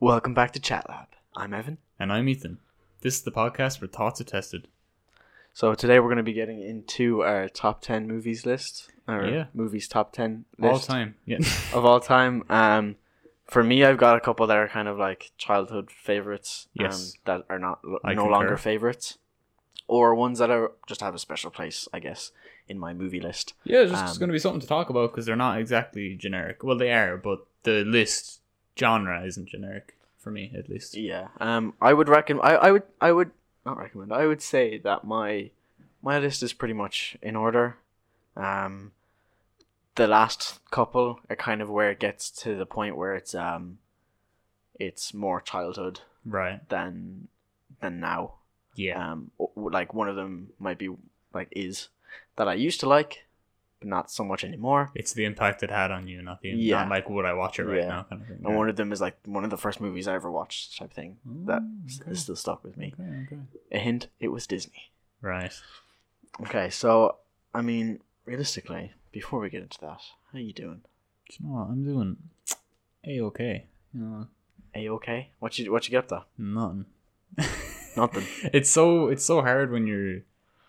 Welcome back to Chat Lab. I'm Evan. And I'm Ethan. This is the podcast where thoughts are tested. So today we're going to be getting into our top 10 movies list, or Yeah. movies top 10 All list time. Yeah. of all time. Um, for me, I've got a couple that are kind of like childhood favorites Yes. um, that are not no I longer concur. favorites, or ones that are just have a special place, I guess, in my movie list. yeah, it's just Um, going to be something to talk about because they're not exactly generic. Well, they are, but the list genre isn't generic for me, at least. Yeah. Um, I would recommend. I, I would. I would not recommend. I would say that my my list is pretty much in order. Um, the last couple are kind of where it gets to the point where it's um, it's more childhood Right. than than now. Yeah. Um, o- o- like one of them might be like is that I used to like, but not so much anymore. It's the impact it had on you, not the Yeah. not like would I watch it right Yeah. now kind of thing. And one of them is like one of the first movies I ever watched, type thing. That s- Oh, Mm, okay. is still stuck with me. Okay, okay. A hint: it was Disney. Right. Okay, so I mean, realistically, before we get into that, how you doing? Do you know what? I'm doing a okay. You know, Are you okay? What you what you get up to? nothing. Nothing. it's so it's so hard when you're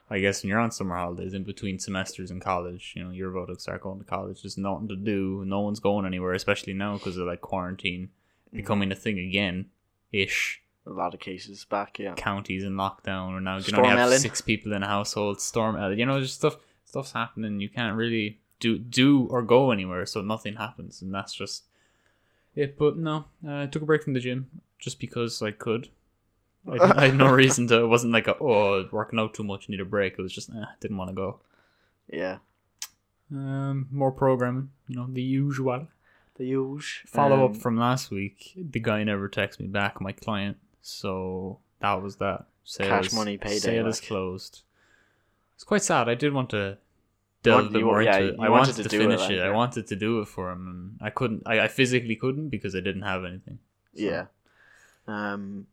I guess when you're on summer holidays in between semesters in college, you know, you're about to start going to college. There's nothing to do. No one's going anywhere, especially now because of like quarantine becoming a thing again. Ish. a lot of cases back. Yeah, Counties in lockdown, or now you can Storm only have Ellen. six people in a household. Storm Ellen. You know, just stuff. Stuff's happening. You can't really do do or go anywhere, so nothing happens, and that's just it. But no, uh, I took a break from the gym just because I could. I, didn't- I had no reason to. It wasn't like a, oh working out too much, need a break. It was just eh, didn't want to go. yeah. Um, more programming, you know, the usual. The huge Follow up from last week. The guy never texted me back, my client. So that was that. Sale Cash is- money payday, Sale is like. closed. It's quite sad. I did want to wanted- delve a bit you- more yeah, into you it. I wanted wanted to to, do it, finish like, it. I yeah. wanted to do it for him, and I couldn't. I, I physically couldn't because I didn't have anything. So, yeah. Um,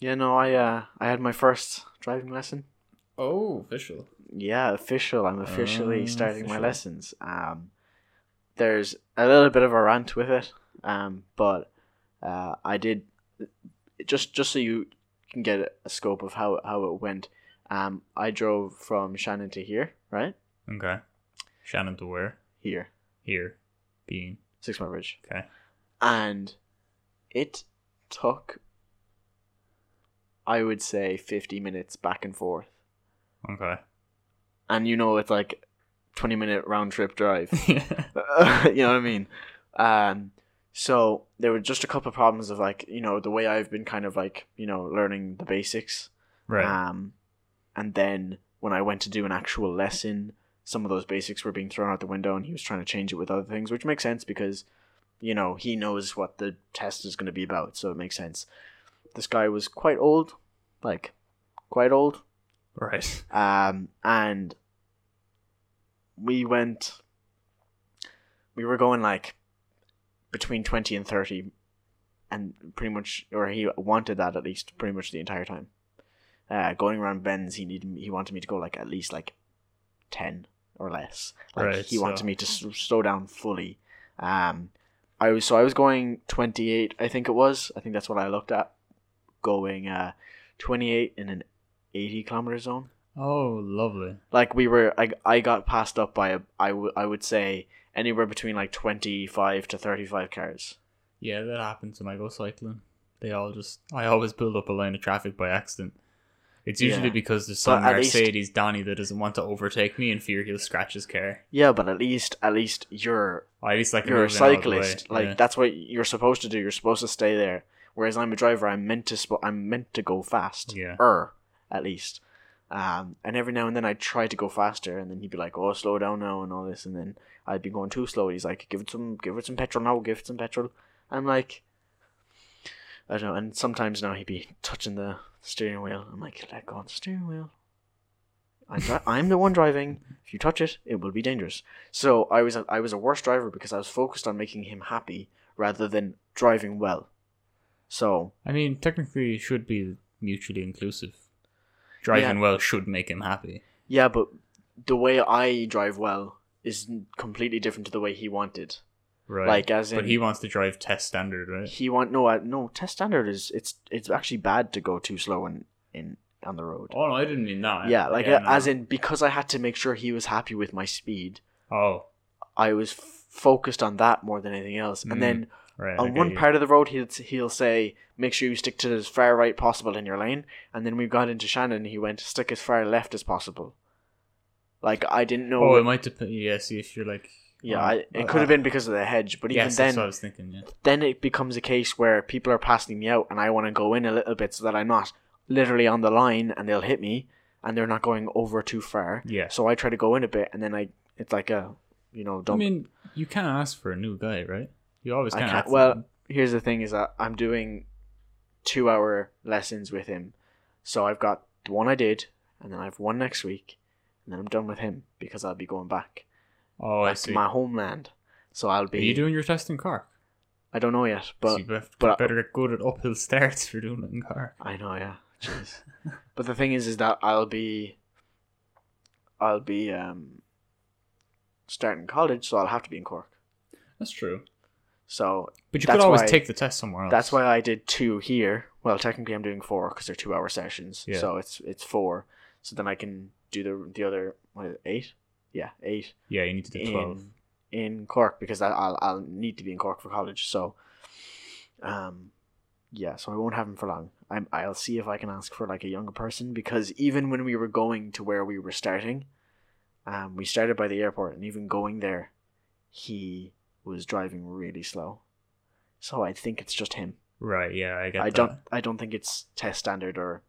yeah. No, I uh, I had my first driving lesson. Oh, official. Yeah, official. I'm officially Ah, starting my official. lessons. Um, there's a little bit of a rant with it, um, but uh, I did just just so you can get a scope of how how it went. Um, I drove from Shannon to here, right Okay. Shannon to where? here, Here. Being. Six Mile Bridge, Okay. and it took, I would say, fifty minutes back and forth. Okay. And you know, it's like twenty minute round trip drive. yeah. you know what I mean? Um, so there were just a couple of problems of like you know the way I've been kind of like you know learning the basics. Right. Um, and then when I went to do an actual lesson, some of those basics were being thrown out the window, and he was trying to change it with other things, which makes sense because you know he knows what the test is going to be about, so it makes sense. This guy was quite old, like quite old, right. um, and we went. We were going like between twenty and thirty, and pretty much, or he wanted that at least pretty much the entire time. Uh, going around bends, he needed he wanted me to go like at least like ten or less. Like Right, he wanted so- me to s- slow down fully. Um, I was so I was going twenty eight. I think it was. I think that's what I looked at. Going uh, twenty eight in an eighty kilometer zone Oh, lovely. like we were i, I got passed up by a, I, w- I would say anywhere between like 25 to 35 cars Yeah, that happens when I go cycling. They all just I always build up a line of traffic by accident. It's usually Yeah. because there's some But at least- Mercedes Donny that doesn't want to overtake me in fear he'll scratch his car. yeah but at least at least you're Or at least I can you're a move in out of the cyclist way. like Yeah. that's what you're supposed to do you're supposed to stay there whereas i'm a driver i'm meant to sp- i'm meant to go fast Yeah. er at least um, and every now and then i'd try to go faster and then he'd be like oh slow down now and all this and then i'd be going too slow he's like give it some give it some petrol now give it some petrol i'm like I don't know, and sometimes now he'd be touching the steering wheel. I'm like, let go of the steering wheel. I'm, dri- I'm the one driving. If you touch it, it will be dangerous. So I was a, I was a worse driver because I was focused on making him happy rather than driving well. So I mean, technically it should be mutually inclusive. Driving well should make him happy. yeah, but the way I drive well is n- completely different to the way he wanted. Right. Like as in but he wants to drive test standard, right? he want no uh, no test standard is it's it's actually bad to go too slow in in on the road. Oh, no, I didn't mean that. yeah, like uh, no. as in because I had to make sure he was happy with my speed. Oh, I was f- focused on that more than anything else. And Mm, then right. I on get one you. part of the road, he'll he'll say, "Make sure you stick to as far right possible in your lane." And then we got into Shannon. He went, "Stick as far left as possible." Like I didn't know. Oh, it might depend. Yeah, see if you're like. yeah, oh, I, uh, it could have been because of the hedge, but even yes, then, that's what I was thinking. Yeah. then it becomes a case where people are passing me out and I want to go in a little bit so that I'm not literally on the line and they'll hit me and they're not going over too far. Yeah. So I try to go in a bit and then I it's like a you know I dump. mean, you can't ask for a new guy, right? You always I can. can't- ask well, them. Here's the thing is that I'm doing 2 hour lessons with him. So I've got the one I did and then I have one next week and then I'm done with him because I'll be going back Oh, I back to see. my homeland. So I'll Are be you doing your test in Cork? I don't know yet, so but you bef- but- better get good at uphill starts for doing it in Cork. I know, yeah. Jeez. but the thing is, is that I'll be, I'll be um, starting college, so I'll have to be in Cork. That's true. So But you That's could always why- take the test somewhere else. that's why I did two here. Well, technically, I'm doing four because they're two-hour sessions. Yeah. So it's it's four. So then I can do the the other what is it, eight. Yeah, eight Yeah, you need to do twelve. in in Cork because I, I'll I'll need to be in Cork for college. So, um, yeah. So I won't have him for long. I'm I'll see if I can ask for like a younger person because even when we were going to where we were starting, um, we started by the airport and even going there, he was driving really slow. So I think it's just him. Right. Yeah, I get. I that. don't I don't think it's test standard or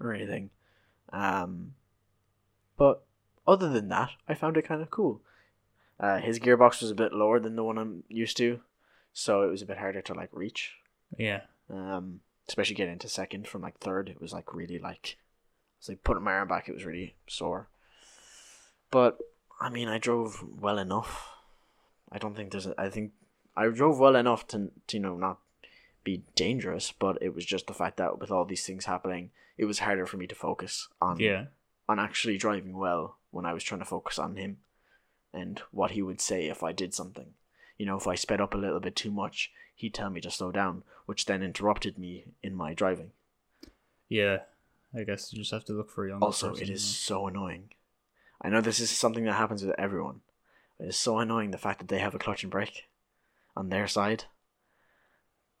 or anything. Um but other than that, I found it kind of cool. Uh, his gearbox was a bit lower than the one I'm used to, so it was a bit harder to like reach. Yeah. Um especially getting into second from like third, it was like really like it's like putting my arm back, it was really sore. But I mean, I drove well enough. I don't think there's a, I think I drove well enough to, to you know not be dangerous, but it was just the fact that with all these things happening, it was harder for me to focus on Yeah. on actually driving well when I was trying to focus on him and what he would say if I did something. You know, if I sped up a little bit too much, he'd tell me to slow down, which then interrupted me in my driving. Yeah. I guess you just have to look for a young. Also, it is so annoying. I know this is something that happens with everyone. It is so annoying the fact that they have a clutch and brake on their side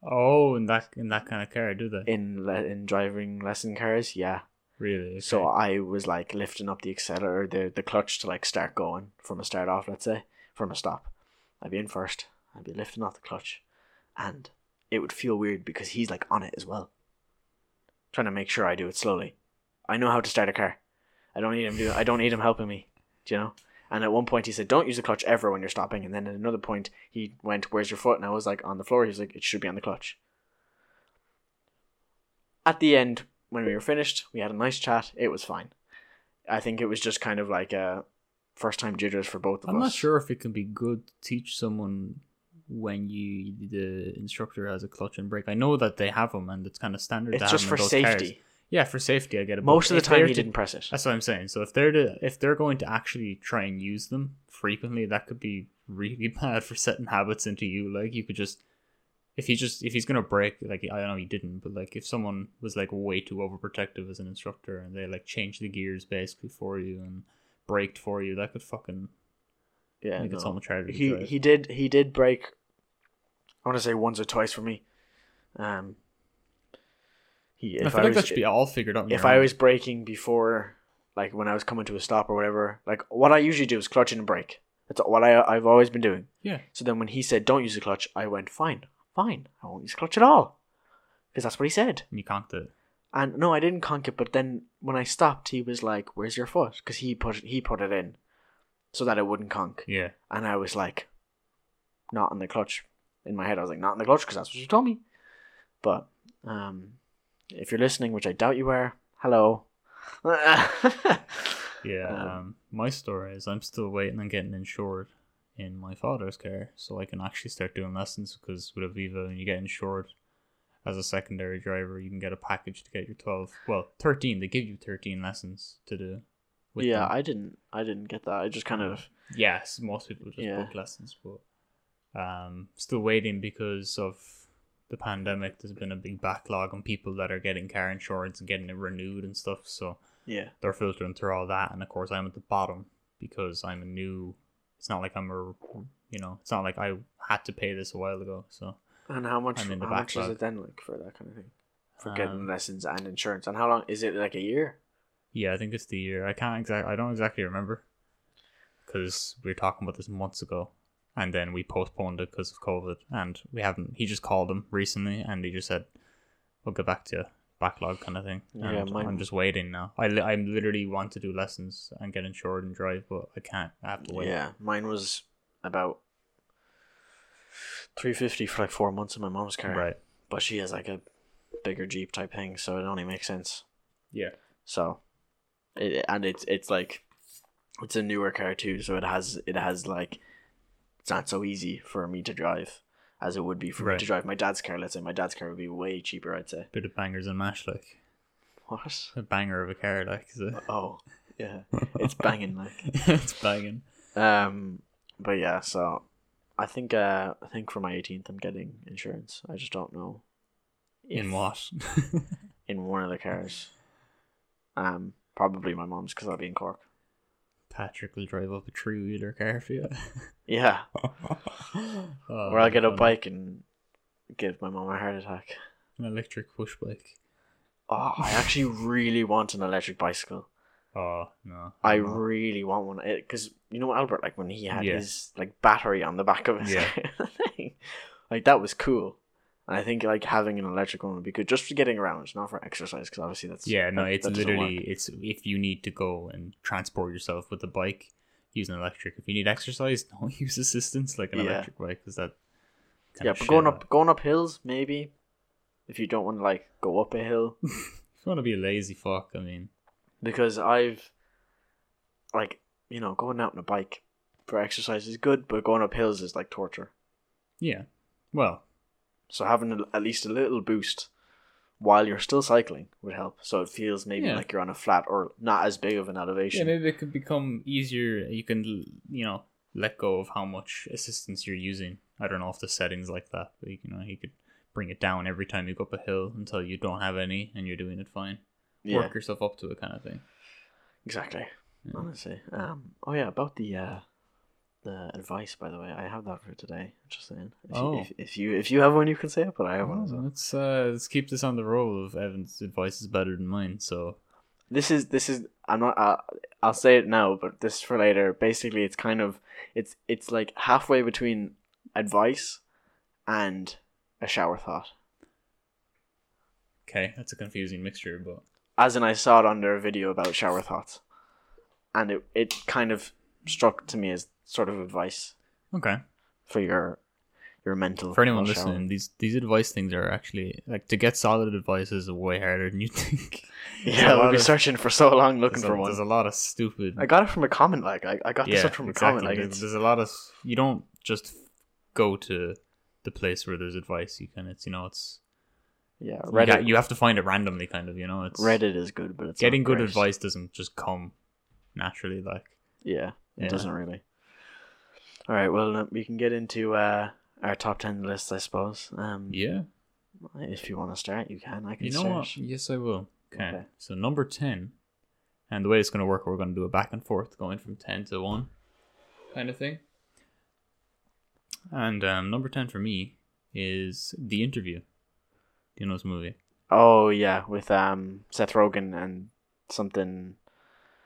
Oh, in that in that kind of car, do they? in le- in driving lesson cars. Yeah. really? okay. So I was like lifting up the accelerator, the the clutch to like start going from a start off, let's say, from a stop. I'd be in first. I'd be lifting off the clutch, and it would feel weird because he's like on it as well, trying to make sure I do it slowly. I know how to start a car. I don't need him do. I don't need him helping me. Do you know? And at one point he said, "Don't use the clutch ever when you're stopping." And then at another point he went, "Where's your foot?" And I was like, "On the floor." He's like, "It should be on the clutch." At the end, when we were finished, we had a nice chat. It was fine. I think it was just kind of like a first time jitters for both of I'm us. not sure if it can be good to teach someone when you the instructor has a clutch and brake. I know that they have them and it's kind of standard. to It's have just 'em in for those safety. Cars. Yeah, for safety, I get it. but Most of the if they're time, he to- didn't press it. That's what I'm saying. So if they're to, if they're going to actually try and use them frequently, that could be really bad for setting habits into you. Like you could just if he just if he's gonna break like I know he didn't, but like if someone was like way too overprotective as an instructor and they like changed the gears basically for you and braked for you, that could fucking Yeah, make it so no. much harder. To uh, he drive. he did he did break. I want to say once or twice for me. Um, he I if feel I, like was that should be all figured out. on if your I own. was braking before, like when I was coming to a stop or whatever, like what I usually do is clutch and brake. That's what I I've always been doing. yeah, So then when he said don't use the clutch, I went fine, fine, I won't use the clutch at all, because that's what he said. and you can't do it. And no, I didn't conk it. But then when I stopped, he was like, "Where's your foot?" Because he put he put it in, so that it wouldn't conk. Yeah, And I was like, not in the clutch. In my head, I was like, not in the clutch because that's what you told me. But um, if you're listening, which I doubt you are, hello. yeah. Um, Um, my story is I'm still waiting on getting insured in my father's care, so I can actually start doing lessons because with Aviva, when you get insured as a secondary driver, you can get a package to get your twelve, well, thirteen. They give you thirteen lessons to do. with yeah, them. I didn't. I didn't get that. I just kind of. Yes, most people just Yeah. book lessons, but Um, still waiting because of the pandemic. There's been a big backlog on people that are getting car insurance and getting it renewed and stuff. So Yeah. they're filtering through all that, and of course I'm at the bottom because I'm a new. It's not like I'm a, you know, it's not like I had to pay this a while ago. So And how much? I'm in the how much is backlog. it then like for that kind of thing? For getting um, lessons and insurance, and how long is it? Like a year? Yeah, I think it's the year. I can't exactly. I don't exactly remember because we were talking about this months ago, and then we postponed it because of COVID, and we haven't. He just called him recently, and he just said, "We'll get back to you." backlog kind of thing. Yeah, and mine- I'm just waiting now. I li- I literally want to do lessons and get insured and drive, but I can't. I have to wait. Yeah, mine was about three fifty for like four months in my mom's car. Right. But she has like a bigger Jeep type thing, so it only makes sense. Yeah. So, it, and it's it's like it's a newer car too, so it has it has like it's not so easy for me to drive as it would be for me Right. to drive my dad's car. Let's say my dad's car would be way cheaper. I'd say Bit of bangers and mash, like what? a banger of a car, like is it? Oh, yeah, it's banging like. it's banging. Um, but yeah, so I think uh, I think for my 18th, I'm getting insurance. I just don't know In if- what? in one of the cars. Um, probably my mom's because I'll be in Cork. Patrick will drive up a three wheeler car for you. Yeah, oh, or I'll get a funny. bike and give my mom a heart attack. An electric push bike. Oh, I actually really want an electric bicycle. Oh no. I no. really want one because you know Albert, like when he had Yeah. his like battery on the back of his Yeah. thing, like that was cool. And I think like having an electric one would be good just for getting around, not for exercise, because obviously that's Yeah, no, that- it's that doesn't work. literally it's if you need to go and transport yourself with a bike, use an electric. If you need exercise, don't use assistance like an Yeah. electric bike because that. kinda yeah. But shit going out. up going up hills maybe, if you don't want to like go up a hill, If you want to be a lazy fuck, I mean, because I've like you know going out on a bike for exercise is good, but going up hills is like torture. yeah. Well, So having a, at least a little boost while you're still cycling would help. So it feels maybe Yeah. like you're on a flat or not as big of an yeah, elevation. maybe it could become easier. You can, you know, let go of how much assistance you're using. I don't know if the settings like that, but you know, you could bring it down every time you go up a hill until you don't have any and you're doing it fine. Yeah, Work yourself up to it, kind of thing. exactly. Yeah. Honestly. Um. Oh yeah, about the uh, the advice. By the way, I have that for today. Just saying. If Oh. You, if, if you if you have one, you can say it. But I have one as Oh, well. let's uh, let's keep this on the roll of Evan's advice is better than mine. So This is this is. I'm not. Uh, I'll say it now, but this is for later. Basically, it's kind of it's it's like halfway between advice and a shower thought. okay, that's a confusing mixture, but as in I saw it under a video about shower thoughts, and it it kind of struck to me as sort of advice okay. for your your mental. For anyone while showering. listening, these these advice things are actually like to get solid advice is way harder than you think. There's a yeah, lot we'll be of- searching for so long looking there's for a, one. there's a lot of stupid. I got it from a comment. Like I, I got this yeah, one from a exactly. comment. Like there's, it's, there's a lot of you don't just go to the place where there's advice. You can it's you know it's yeah, you Reddit. ha- You, have to find it randomly, kind of. You know, it's Reddit is good, but it's getting not good great. advice doesn't just come naturally. Like Yeah, it Yeah. doesn't really. All right, well uh, we can get into uh, our top ten list, I suppose. Um, yeah. if you want to start, you can. I can You know start. what? Yes, I will. Okay. Okay. So number ten, and the way it's going to work, we're going to do it back and forth, going from ten to one, kind of thing. And um, number ten for me is The Interview. Do you know this movie? Oh yeah, with um Seth Rogen and something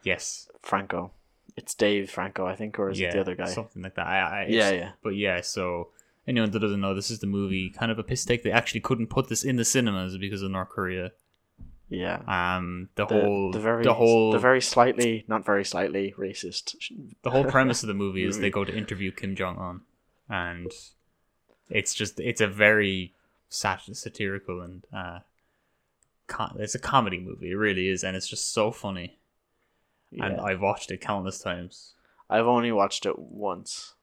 Yes. Franco. It's Dave Franco, I think, or is it the other guy? Something like that. I, I, yeah, it's- yeah. But yeah, so anyone that doesn't know, this is the movie. Kind of a piss take. They actually couldn't put this in the cinemas because of North Korea. Yeah. Um, the, The, whole, the very the whole, the very slightly not very slightly racist. sh- the whole premise of the movie is Movie. they go to interview Kim Jong Un, and it's just it's a very sat- satirical and uh, co it's a comedy movie. It really is, and it's just so funny. Yeah. And I've watched it countless times. I've only watched it once.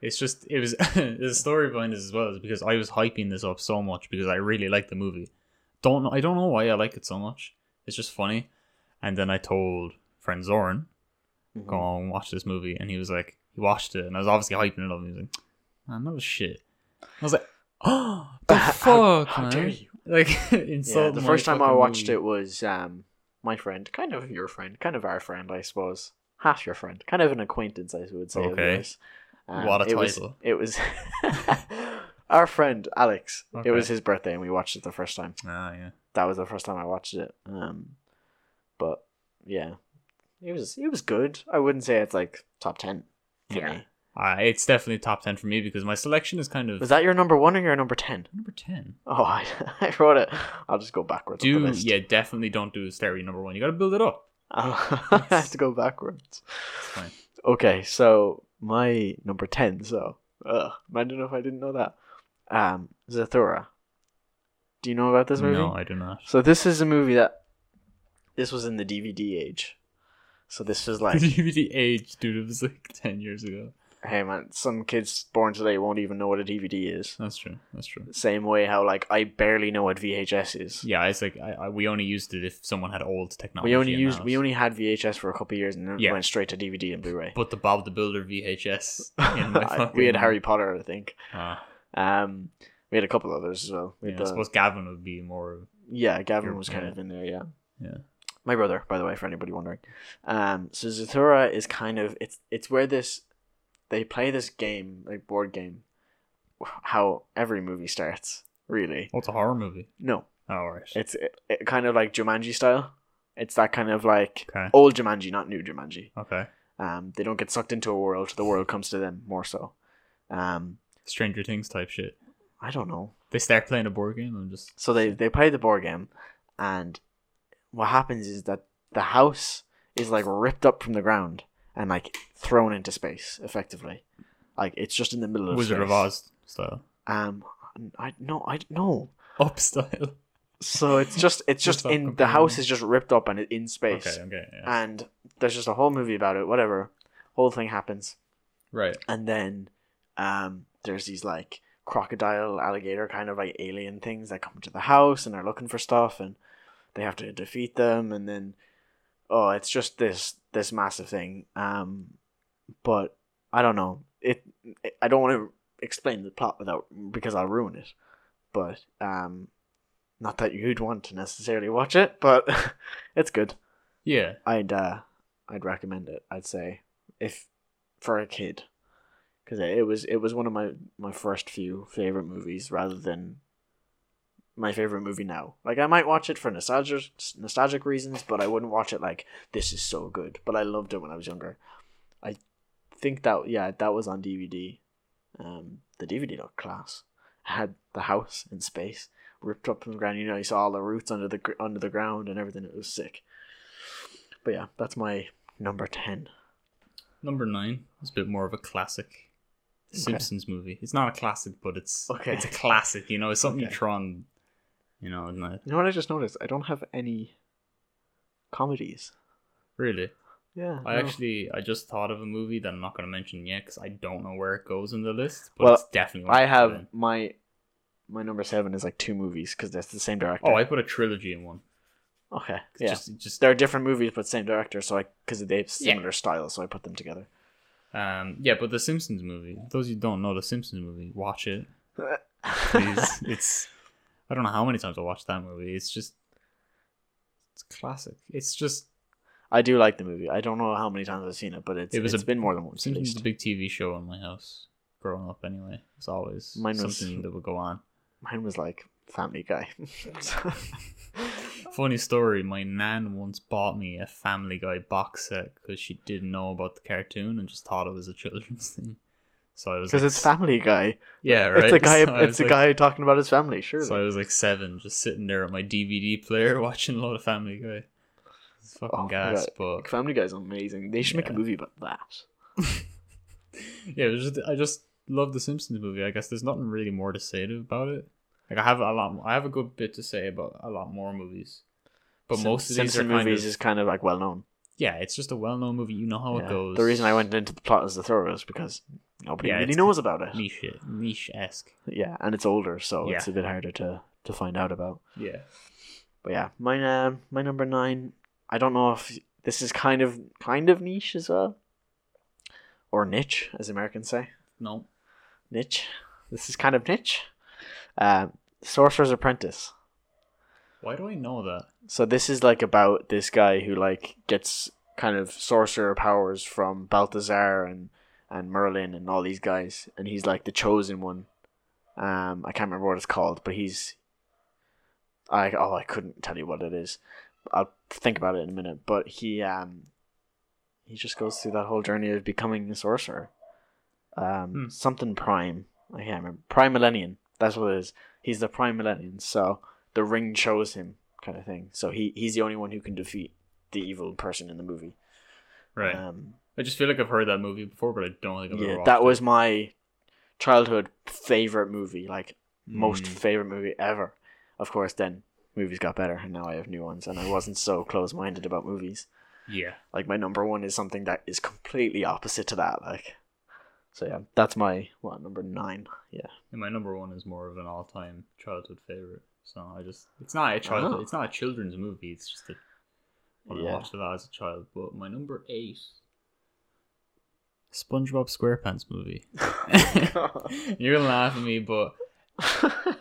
It's just it was the story behind this as well is because I was hyping this up so much because I really like the movie. Don't know I don't know why I like it so much. It's just funny. And then I told friend Zoran, Mhm. go on watch this movie and he was like he watched it and I was obviously hyping it up and he was like man, that was shit. I was like, oh, the How- fuck, how man. dare you? Like, insult yeah, the first time I watched it was um, my friend, kind of your friend, kind of our friend, I suppose, half your friend, kind of an acquaintance, I would say. of Okay. yours. Um, What a it was- title. it was our friend Alex. Okay. It was his birthday, and we watched it the first time. Ah, yeah. That was the first time I watched it. Um, but yeah, it was it was good. I wouldn't say it's like top ten. For Yeah. me. Uh, it's definitely top 10 for me because my selection is kind of Was that your number one or your number ten? number 10. Oh, I, I wrote it. I'll just go backwards. on the Do list. yeah, definitely don't do Stereo number one. You got to build it up. I have to go backwards. fine. Okay, so my number ten. So, ugh, imagine if I didn't know that. Um, Zathura. Do you know about this movie? No, I do not. So this is a movie that this was in the DVD age. So this was like, DVD age, dude, it was like 10 years ago. hey man, some kids born today won't even know what a DVD is. That's true. That's true. Same way how like I barely know what VHS is. Yeah, it's like I, I, we only used it if someone had old technology. we only and used that we was- only had VHS for a couple of years and then it Yeah. went straight to DVD and Blu-ray. But the Bob the Builder VHS in my fucking. we had Harry Potter, I think. Ah, Um, we had a couple others as well. We yeah, had I the- suppose Gavin would be more. yeah, Gavin Your- was kind yeah. of in there. Yeah, Yeah. My brother, by the way, for anybody wondering. Um, so Zathura is kind of it's it's where this they play this game like board game, how every movie starts really. Oh, it's a horror movie. No, Oh, all right. it's it, it kind of like Jumanji style. It's that kind of like okay. old Jumanji, not new Jumanji. Okay. Um, they don't get sucked into a world; the world comes to them more so. Um, Stranger Things type shit. I don't know. They start playing a board game and just. So they they play the board game, and what happens is that the house is like ripped up from the ground and like thrown into space, effectively. Like it's just in the middle of Wizard space. of Oz style. Um, I no, I no. Up style. So it's just it's just Yourself in the house completely. is just ripped up and it in space, Okay, okay. Yeah. and there's just a whole movie about it. Whatever, whole thing happens, right. and then um, there's these like crocodile, alligator kind of like alien things that come to the house and are looking for stuff, and they have to defeat them, and then oh, it's just this this massive thing. Um, but I don't know. It I don't want to explain the plot without because I'll ruin it. But um, not that you'd want to necessarily watch it, but it's good. Yeah. I'd uh, I'd recommend it. I'd say if for a kid, because it was it was one of my my first few favorite movies, rather than my favorite movie now. Like I might watch it for nostalgic nostalgic reasons, but I wouldn't watch it like this is so good. But I loved it when I was younger. I think that yeah, that was on DVD. Um, the DVD looked class. had the house in space ripped up from the ground. You know, you saw all the roots under the gr- under the ground and everything. It was sick. But yeah, that's my number ten. Number nine is a bit more of a classic The Okay. Simpsons movie. It's not a classic, but it's Okay. it's a classic. You know, it's something Okay. you try and you know, and I- You know what I just noticed? I don't have any comedies. really. Yeah, I no. actually I just thought of a movie that I'm not going to mention yet because I don't know where it goes in the list. But Well, it's definitely. one I to put have in. my my number seven is like two movies because that's the same director. Oh, I put a trilogy in one. okay, 'Cause yeah. Just, just They're different movies but same director, so I because they have Yeah. similar styles, so I put them together. um, yeah, but the Simpsons movie. Those you don't know the Simpsons movie, watch it, please. it's I don't know how many times I watched that movie. It's just it's classic. It's just I do like the movie. I don't know how many times I've seen it, but it's It was it's a- been more than once at Simpsons was least. a big TV show in my house growing up. Anyway, it's always Mine was- something that would go on. Mine was like Family Guy. Funny story: My nan once bought me a Family Guy box set because she didn't know about the cartoon and just thought it was a children's thing. So I was Because like, it's Family Guy. yeah, right. It's a guy. So I it's was a like- guy talking about his family. Surely. So I was like seven, just sitting there at my DVD player watching a lot of Family Guy. It's fucking Oh my gas, God. but Like, Family Guy's amazing. They should make a Yeah. movie about that. yeah, it was just, I just love the Simpsons movie. I guess there's nothing really more to say to- about it. Like I have a lot, I have a good bit to say about a lot more movies, but Sim- most of these Simpson are kind movies of is kind of like well known. yeah, it's just a well-known movie. You know how it goes. The reason I went into the plot as the throw is because nobody Yeah, really it's knows about it. niche niche esque. Yeah, and it's older, so Yeah. it's a bit harder to to find out about. Yeah, But yeah, my uh, my number nine. I don't know if this is kind of kind of niche as well, or niche, as Americans say. no, niche. This is kind of niche. Um, Sorcerer's Apprentice. Why do I know that? So this is like about this guy who like gets kind of sorcerer powers from Balthazar and and Merlin and all these guys, and he's like the chosen one. Um, I can't remember what it's called, but he's. I oh I couldn't tell you what it is. I'll think about it in a minute. But he um, he just goes through that whole journey of becoming a sorcerer. Um, Hmm. something prime. I can't remember. Prime Millennium. That's what it is. He's the Prime Millennium. So the ring chose him, kind of thing. So he he's the only one who can defeat the evil person in the movie. Right. Um, I just feel like I've heard that movie before, but I don't think I've ever yeah, watched that it. was my childhood favorite movie, like most Mm. favorite movie ever. Of course, then movies got better, and now I have new ones, and I wasn't so close minded about movies. Yeah. Like my number one is something that is completely opposite to that. Like, so yeah, that's my what number nine. Yeah, And my number one is more of an all time childhood favorite. So I just it's not a child Oh. it's not a children's movie, it's just a when I Yeah. watched that as a child. But my number eight SpongeBob SquarePants movie. You're gonna laugh at me, but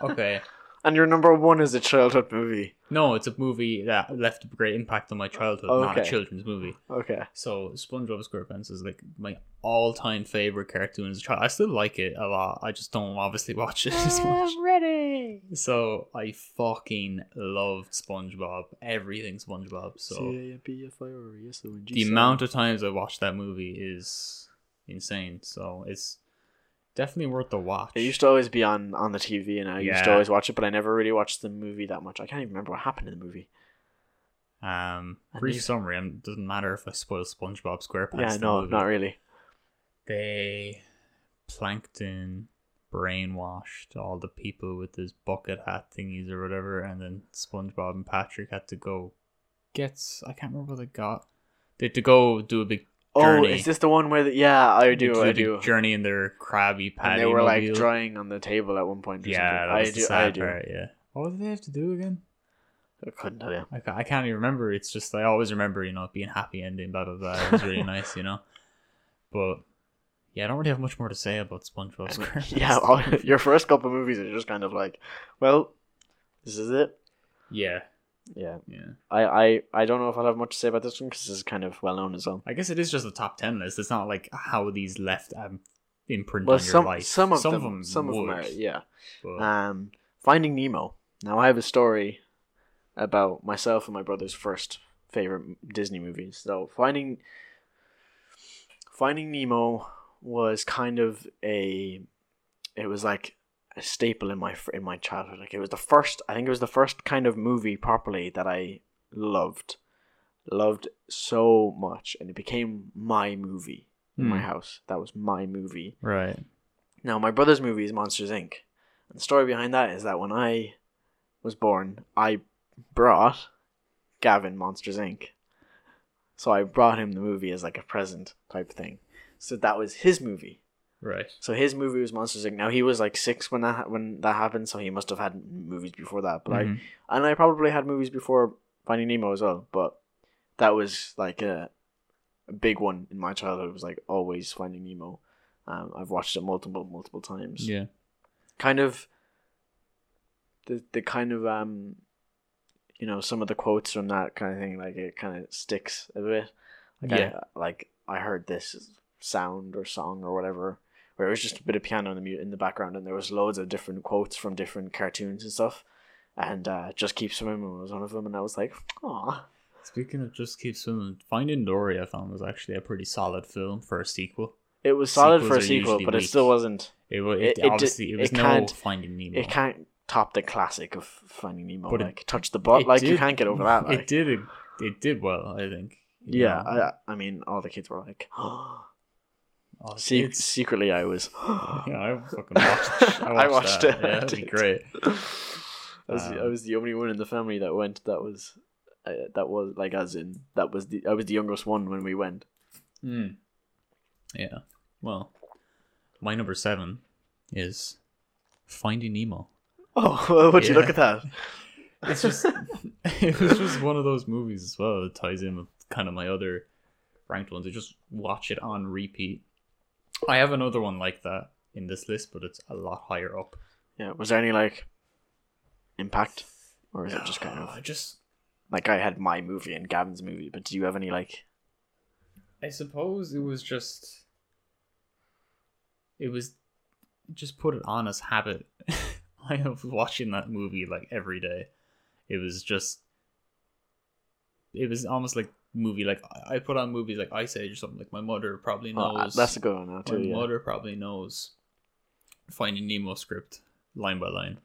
okay. and your number one is a childhood movie. No, it's a movie that left a great impact on my childhood, not a Okay. children's movie. Okay, So SpongeBob SquarePants is like my all-time favorite cartoon as a child. I still like it a lot. I just don't obviously watch it as much. ready. So I fucking loved SpongeBob. Everything SpongeBob. So the amount of times I watched that movie is insane. So it's definitely worth the watch. It used to always be on on the TV, and I used to Yeah. always watch it, but I never really watched the movie that much. I can't even remember what happened in the movie. um I brief need- summary. and It doesn't matter if I spoil SpongeBob SquarePants. yeah, the no, movie. not really. They plankton brainwashed all the people with his bucket hat thingies or whatever, and then SpongeBob and Patrick had to go get. I can't remember what they got. They had to go do a big Oh, Journey. is this the one where? The, yeah, I They do, did I a do. Journey in their Krabby Patty. And they were like mobile. drawing on the table at one point. Or Yeah, something. that was I the do, sad I do. part. Yeah. What did they have to do again? I couldn't tell you. I, ca- I can't even remember. It's just I always remember, you know, it being happy ending, blah blah blah. It was really nice, you know. But yeah, I don't really have much more to say about SpongeBob SquarePants. yeah, all, your first couple movies are just kind of like, well, this is it. yeah, Yeah, yeah. I, I, I don't know if I'll have much to say about this one because this is kind of well known as well. I guess it is just the top ten list. It's not like how these left um, imprint Well, on your some life. some of them, them some of them would, are, yeah. but- Um, Finding Nemo. Now I have a story about myself and my brother's first favorite Disney movies. So Finding Finding Nemo was kind of a it was like a staple in my fr- in my childhood. Like it was the first I think it was the first kind of movie properly that I loved loved so much and it became my movie in my Hmm. house. That was my movie. right. Now, my brother's movie is Monsters Inc. And the story behind that is that when I was born, I brought Gavin Monsters Inc. So I brought him the movie as like a present type thing. So that was his movie. Right. So his movie was Monsters Inc. Now he was like six when that ha- when that happened, so he must have had movies before that. But Mhm. I and I probably had movies before Finding Nemo as well. But that was like a, a big one in my childhood. Was like always Finding Nemo. Um, I've watched it multiple multiple times yeah. kind of the the kind of um you know some of the quotes from that kind of thing like it kind of sticks a bit like Yeah. I, like I heard this sound or song or whatever where it was just a bit of piano in the mu- in the background and there was loads of different quotes from different cartoons and stuff and uh, just keep swimming was one of them and I was like aw Speaking of just keep swimming, Finding Dory I found was actually a pretty solid film for a sequel. it was solid for a Sequels are sequel usually but it weak. still wasn't It was It- it, it di- obviously it was it no can't- Finding Nemo. it can't top the classic of Finding Nemo But it- like touch the butt It like you did- can't get over that like. It did it, it did well, I think. you Yeah, know. I, I mean, all the kids were like, Oh, Se- it's- secretly, I was. yeah, I fucking watched. I watched, I watched that. it, Yeah, I that'd be did. great. I was, I Um, was the only one in the family that went. That was, uh, that was like as in that was the I was the youngest one when we went. Mm. Yeah. Well, my number seven is Finding Nemo. Oh, would you look Yeah. at that? It's just it was just one of those movies as well. It ties in with kind of my other ranked ones. I just watch it on repeat. I have another one like that in this list, but it's a lot higher up. Yeah. Was there any like impact, or is it just kind of I just like I had my movie and Gavin's movie? But do you have any like? I suppose it was just it was just put it on as habit. I was watching that movie like every day. It was just it was almost like movie like I I put on movies like Ice Age or something like my mother probably Oh, knows that's a good one now my too. Yeah. mother probably knows Finding Nemo script line by line.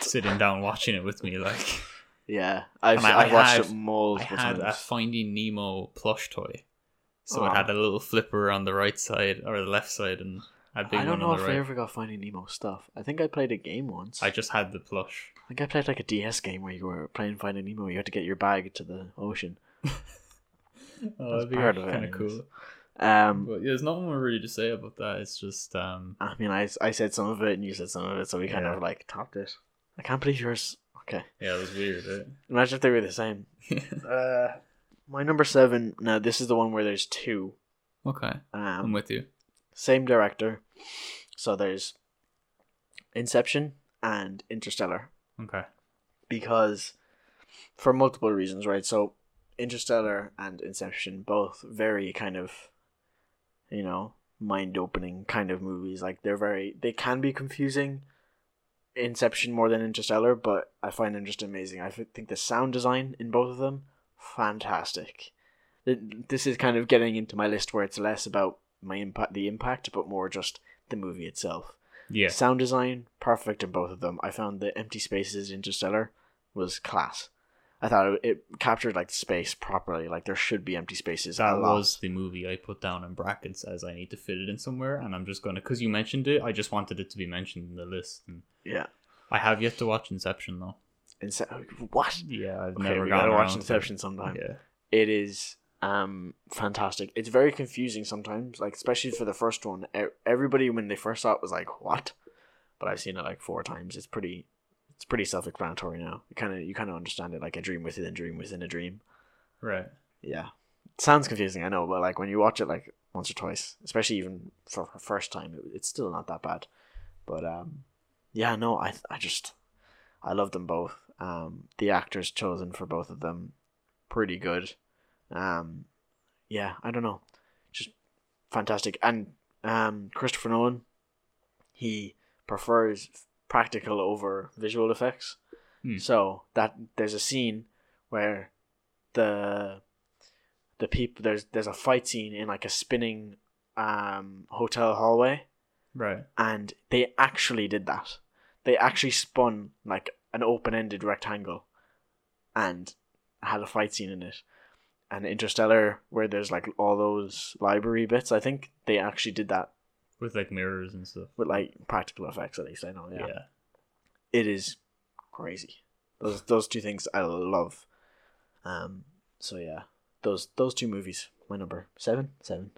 Sitting down watching it with me like Yeah, I've, And I- I've I watched had- it I multiple had a times. Oh. Finding Nemo plush toy, so it Aw. had a little flipper on the right side or the left side, and a big I one don't know on if the I right. ever got Finding Nemo stuff. I think I played a game once. I just had the plush. I think I played like a DS game where you were playing Finding Nemo. You had to get your bag to the ocean. Oh, That's that'd be part of it kind of anyways. cool. Um, But yeah, there's nothing more really to say about that. It's just um, I mean, I, I said some of it and you said some of it, so we kind Yeah. of like topped it. I can't believe yours. Okay, yeah, it was weird. imagine if they were the same. Right? Uh, my number seven. Now this is the one where there's two. okay, I'm Um, with you. same director. So there's Inception and Interstellar. Okay, because for multiple reasons, right? So Interstellar and Inception both very kind of you know, mind-opening kind of movies. Like they're very they can be confusing Inception more than Interstellar, but I find them just amazing. I f- think the sound design in both of them fantastic. Th- This is kind of getting into my list where it's less about my impact the impact but more just the movie itself. yeah, Sound design, perfect in both of them. I found the empty spaces in Interstellar was class. I thought it, it captured like space properly. Like there should be empty spaces. a that lot. was the movie I put down in brackets as I need to fit it in somewhere, and I'm just gonna because you mentioned it. I just wanted it to be mentioned in the list. And yeah. I have yet to watch Inception though. Ince- what? Yeah, I've Okay, never we gotten gotta around watch to it. Inception sometime. Yeah. It is um fantastic. It's very confusing sometimes. Like especially for the first one, E- everybody when they first saw it was like, "What?" But I've seen it like four times. It's pretty. It's pretty self-explanatory now. You kind of you kind of understand it like a dream within a dream within a dream. Right. yeah sounds confusing i know but like when you watch it like once or twice especially even for for first time it, it's still not that bad but um yeah no i i just i love them both um the actors chosen for both of them pretty good um yeah i don't know just fantastic and um christopher nolan he prefers practical over visual effects Hmm. so that there's a scene where the the people there's there's a fight scene in like a spinning um hotel hallway Right. and they actually did that they actually spun like an open-ended rectangle and had a fight scene in it and interstellar where there's like all those library bits i think they actually did that With like mirrors and stuff. with like practical effects at least i know Yeah. yeah. it is crazy those those two things i love um so yeah those those two movies my number seven seven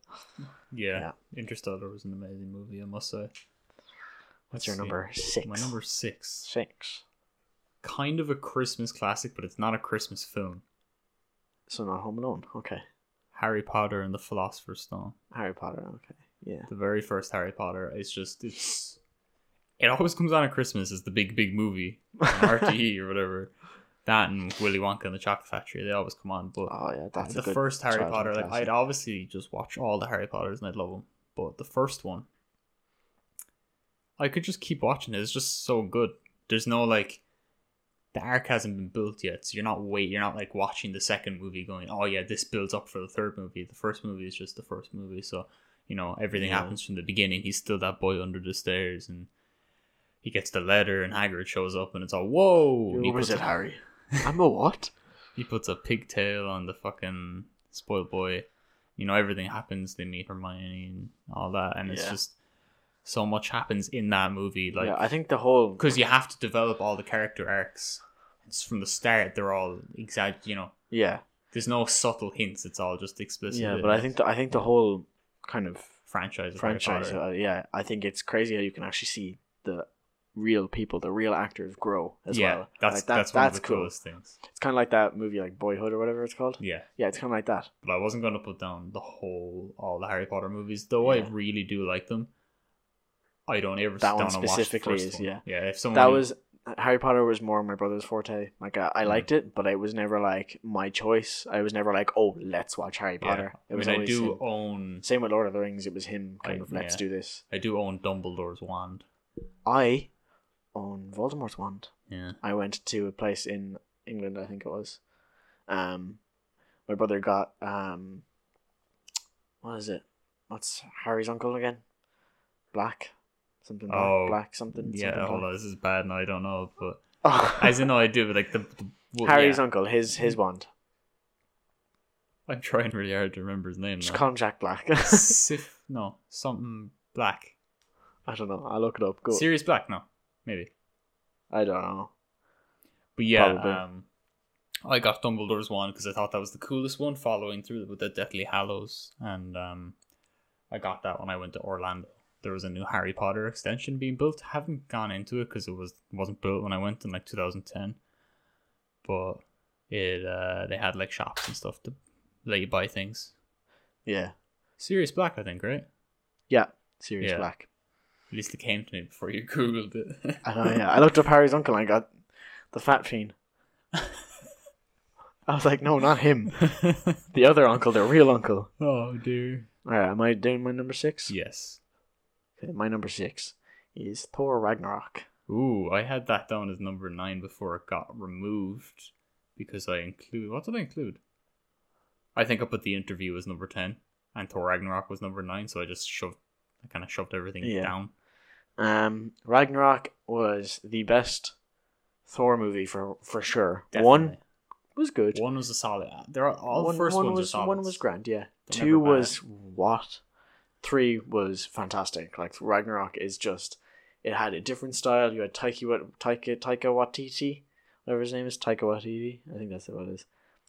Yeah. Yeah. Interstellar was an amazing movie, I must say. What's Let's your see. number six? My number six. six. Kind of a Christmas classic, but it's not a Christmas film. So not Home Alone. Okay. Harry Potter and the Philosopher's Stone. Harry Potter. Okay. Yeah. The very first Harry Potter. It's just it's it always comes on at Christmas as the big big movie. on RTE E or whatever. That and Willy Wonka and the Chocolate Factory, they always come on, but Oh yeah, that's a the good first Harry childhood Potter. Like classic. I'd obviously just watch all the Harry Potters and I'd love them, but the first one, I could just keep watching it. It's just so good. There's no like, the arc hasn't been built yet, so you're not wait. You're not like watching the second movie going, oh yeah, this builds up for the third movie. The first movie is just the first movie, so you know everything Yeah. happens from the beginning. He's still that boy under the stairs and. He gets the letter, and Hagrid shows up, and it's all whoa. and he You're a puts wizard, a- Harry. I'm a what? he puts a pigtail on the fucking spoiled boy. You know, everything happens. They meet Hermione and all that, and it's Yeah. just so much happens in that movie. yeah, Like, I think the whole. because you have to develop all the character arcs. It's from the start. They're all exact. You know, Yeah. there's no subtle hints. It's all just explicit. Yeah, in but I the think the, I think the whole kind of franchise of Harry franchise. Potter. Uh, yeah, I think it's crazy how you can actually see the real people, the real actors grow as yeah, well. that's Like, that- that's one that's of the cool. coolest things. It's kind of like that movie, like Boyhood or whatever it's called. Yeah, Yeah, it's kind of like that. but I wasn't gonna put down the whole all the Harry Potter movies, though. I Yeah. really do like them. I don't ever That sit one down and watch the specifically first is, one. yeah. yeah. If someone That was Harry Potter was more my brother's forte. Like I, Mm. I liked it, but it was never like my choice. I was never like, oh, let's watch Harry yeah. Potter. It I was mean, I always do him. own Same with Lord of the Rings. It was him kind I- of let's yeah. do this. I do own Dumbledore's wand. I own Voldemort's wand. Yeah, I went to a place in England, I think it was. Um, my brother got um, what is it? What's Harry's uncle again? Black, something black, Oh, black something. yeah. something Hold black. on, this is bad, and I don't know, but Oh. as in, no, I do. But like the, the well, Harry's yeah. Mm. uncle, his his wand. I'm trying really hard to remember his name. Just now. call him Jack Black. Sif, no, something black. I don't know. I'll look it up. Go. Sirius Black, no, maybe. I don't know. But yeah, Probably. um, I got Dumbledore's one because I thought that was the coolest one, following through with the Deathly Hallows, and um, I got that when I went to Orlando. There was a new Harry Potter extension being built. haven't gone into it because it was wasn't built when I went in like 2010, but it uh, they had like shops and stuff to let you buy things. Yeah. Sirius Black, I think, right? Yeah. Sirius Yeah. Black. At least it came to me before you googled it. I know. Yeah. I looked up Harry's uncle. and I got the fat fiend. I was like, no, not him. The other uncle, the real uncle. oh dear. All right. Am I doing my number six? Yes. Okay, my number six is Thor Ragnarok. Ooh, I had that down as number nine before it got removed because I include what did I include? I think I put the interview as number ten and Thor Ragnarok was number nine, so I just shoved I kinda shoved everything Yeah. down. Um, Ragnarok was the best Thor movie for for sure. One Definitely. was good. One was a solid they're all, all One- the first one ones was are solid. one was grand. Yeah, They're two never bad. was what? Three was fantastic. Like Ragnarok is just it had a different style. You had Taiki Wat- Taika Taika Waititi, whatever his name is, Taika Waititi. I think that's what it is.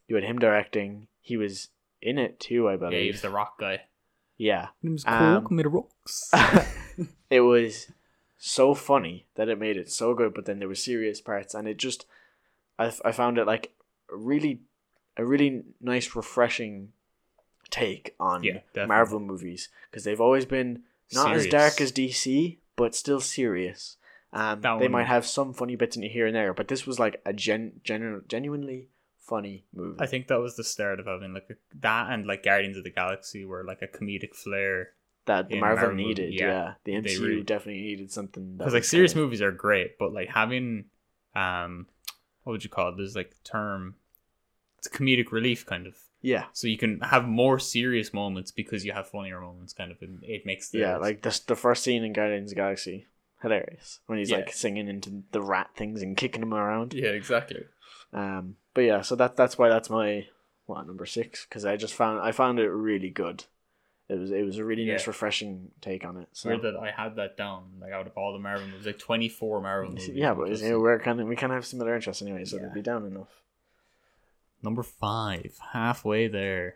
You had him directing. He was in it too, I Yeah, he was believe. the rock guy. yeah. Name's Coke, made of rocks. um, it was so funny that it made it so good but then there were serious parts and it just i, I found it like a really a really nice refreshing take on Yeah, definitely. marvel movies because they've always been not as dark as dc but still serious um, That they one- might have some funny bits in here and there but this was like a gen, gen- genuinely funny movie I think that was the start of having like a, that and like Guardians of the Galaxy were like a comedic flair that the in marvel, Marvel, needed yeah, yeah, the mcu really- definitely needed something that because like was serious kinda- movies are great, but like having um, what would you call it? There's like a term, it's comedic relief kind of. yeah So you can have more serious moments because you have funnier moments. Kind of, and it makes the Yeah, like the the first scene in Guardians of the Galaxy, hilarious when he's Yeah. like singing into the rat things and kicking them around. yeah, exactly. Um, but yeah, so that that's why that's my what number six because I just found I found it really good. It was it was a really nice Yeah. refreshing take on it. So Weird that I had that down. Like out of all the Marvel movies, like twenty four Marvel movies. yeah, but which you know, was- we're kind of we kind of have similar interests anyway, so Yeah. they'd be down enough. number five, halfway there,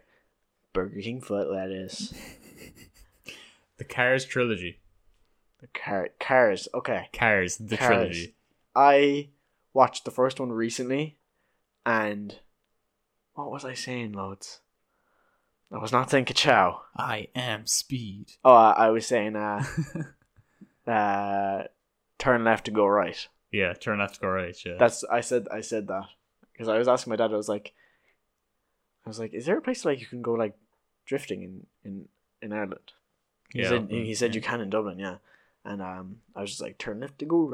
Burger King foot lettuce, the Cars trilogy. the car cars. Okay, Cars, the Cars. trilogy. I watched the first one recently, and what was I saying, loads? I was not saying ka I am Speed. Oh, I, I was saying uh, uh, turn left to go right. yeah, turn left, go right. Yeah. That's I said I said that because I was asking my dad. I was like, I was like, is there a place like you can go like drifting in in in Ireland? He Yeah, said, he said yeah. you can in Dublin, yeah. And um, I was just like, turn left to go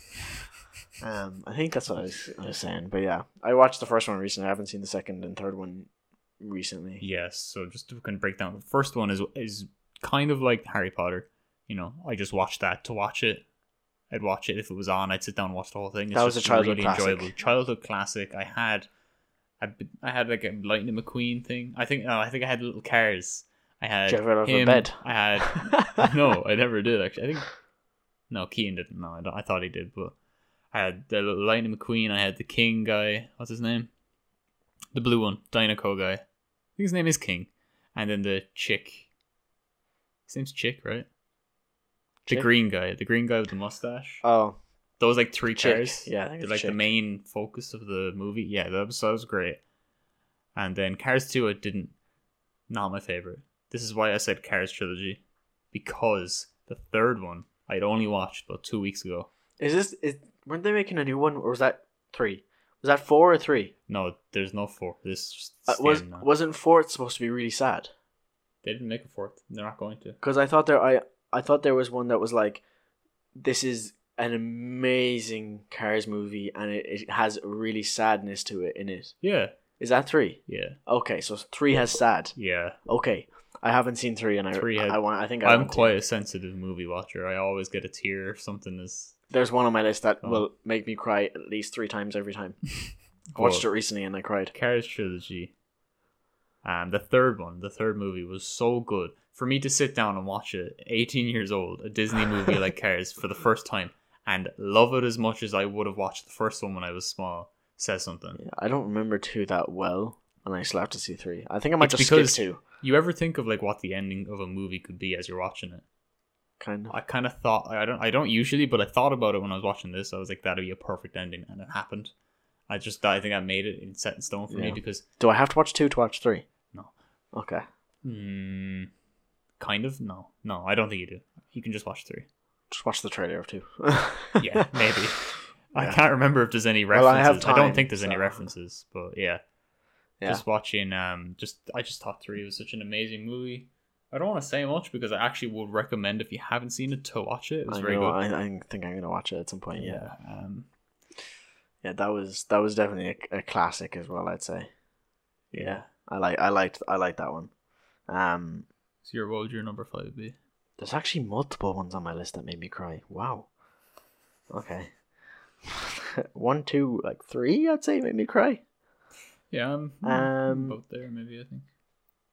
right. Um, I think that's what I was, I was saying. But yeah, I watched the first one recently. I haven't seen the second and third one recently. Yes. So just to kind of break down, the first one is is kind of like Harry Potter. You know, I just watched that to watch it. I'd watch it if it was on. I'd sit down and watch the whole thing. It's That was just a childhood classic. Childhood classic. I had, I, I had like a Lightning McQueen thing. I think no, I think I had little cars. I had Did you ever have a him, bed? I had no, I never did actually. I think no, Keane didn't. No, I, don't, I thought he did, but I had the little Lightning McQueen. I had the King guy. What's his name? The blue one, Dynaco guy. I think his name is King, and then the chick. His name's Chick, right? Chick? The green guy, the green guy with the mustache. Oh, Those like three Chick. cars. Yeah, I think They're it's like the Chick. main focus of the movie. Yeah, that was, that was great. And then Cars 2, I didn't. Not my favorite. This is why I said Cars Trilogy. Because the third one I'd only watched about two weeks ago. Is this is weren't they making a new one or was that three? Was that four or three? No, there's no four. This is just Uh, was standalone. wasn't four supposed to be really sad? they didn't make a fourth. They're not going to. Because I thought there I I thought there was one that was like, this is an amazing Cars movie and it, it has really sadness to it in it. Yeah, Is that three? yeah, Okay, so three has sad. yeah. Okay, I haven't seen three, and I Three had- I, want I think I I'm want to. quite a sensitive movie watcher. I always get a tear if something is. There's one on my list that Oh. will make me cry at least three times every time. I Cool. watched it recently and I cried. Cars trilogy. Um, the third one, the third movie was so good for me to sit down and watch it. 18 years old, a Disney movie like Cars for the first time, and love it as much as I would have watched the first one when I was small. Says something. Yeah, I don't remember two that well, and I still have to see three. I think I might It's just because- skip two. You ever think of like what the ending of a movie could be as you're watching it? Kind of. I kind of thought I don't I don't usually, but I thought about it when I was watching this. I was like, that'd be a perfect ending, and it happened. I just I think I made it in set in stone for me Yeah. because Do I have to watch two to watch three? No. Okay. mm, kind of no no I don't think you do. You can just watch three. Just watch the trailer of two. Yeah, maybe. I Yeah. can't remember if there's any Well, references. I I, have time, don't think there's any so- references, but yeah. Yeah. Just watching um just I just thought three was such an amazing movie. I don't want to say much because I actually would recommend if you haven't seen it to watch it. It was I, very know, good. I, I think I'm gonna watch it at some point. Yeah, Um yeah, that was that was definitely a, a classic as well. I'd say. Yeah, I like I liked I liked that one. Um, So your what would your number five be? there's actually multiple ones on my list that made me cry. Wow. Okay. one, two, like three. I'd say made me cry. Yeah, I'm, Um, about there maybe I think.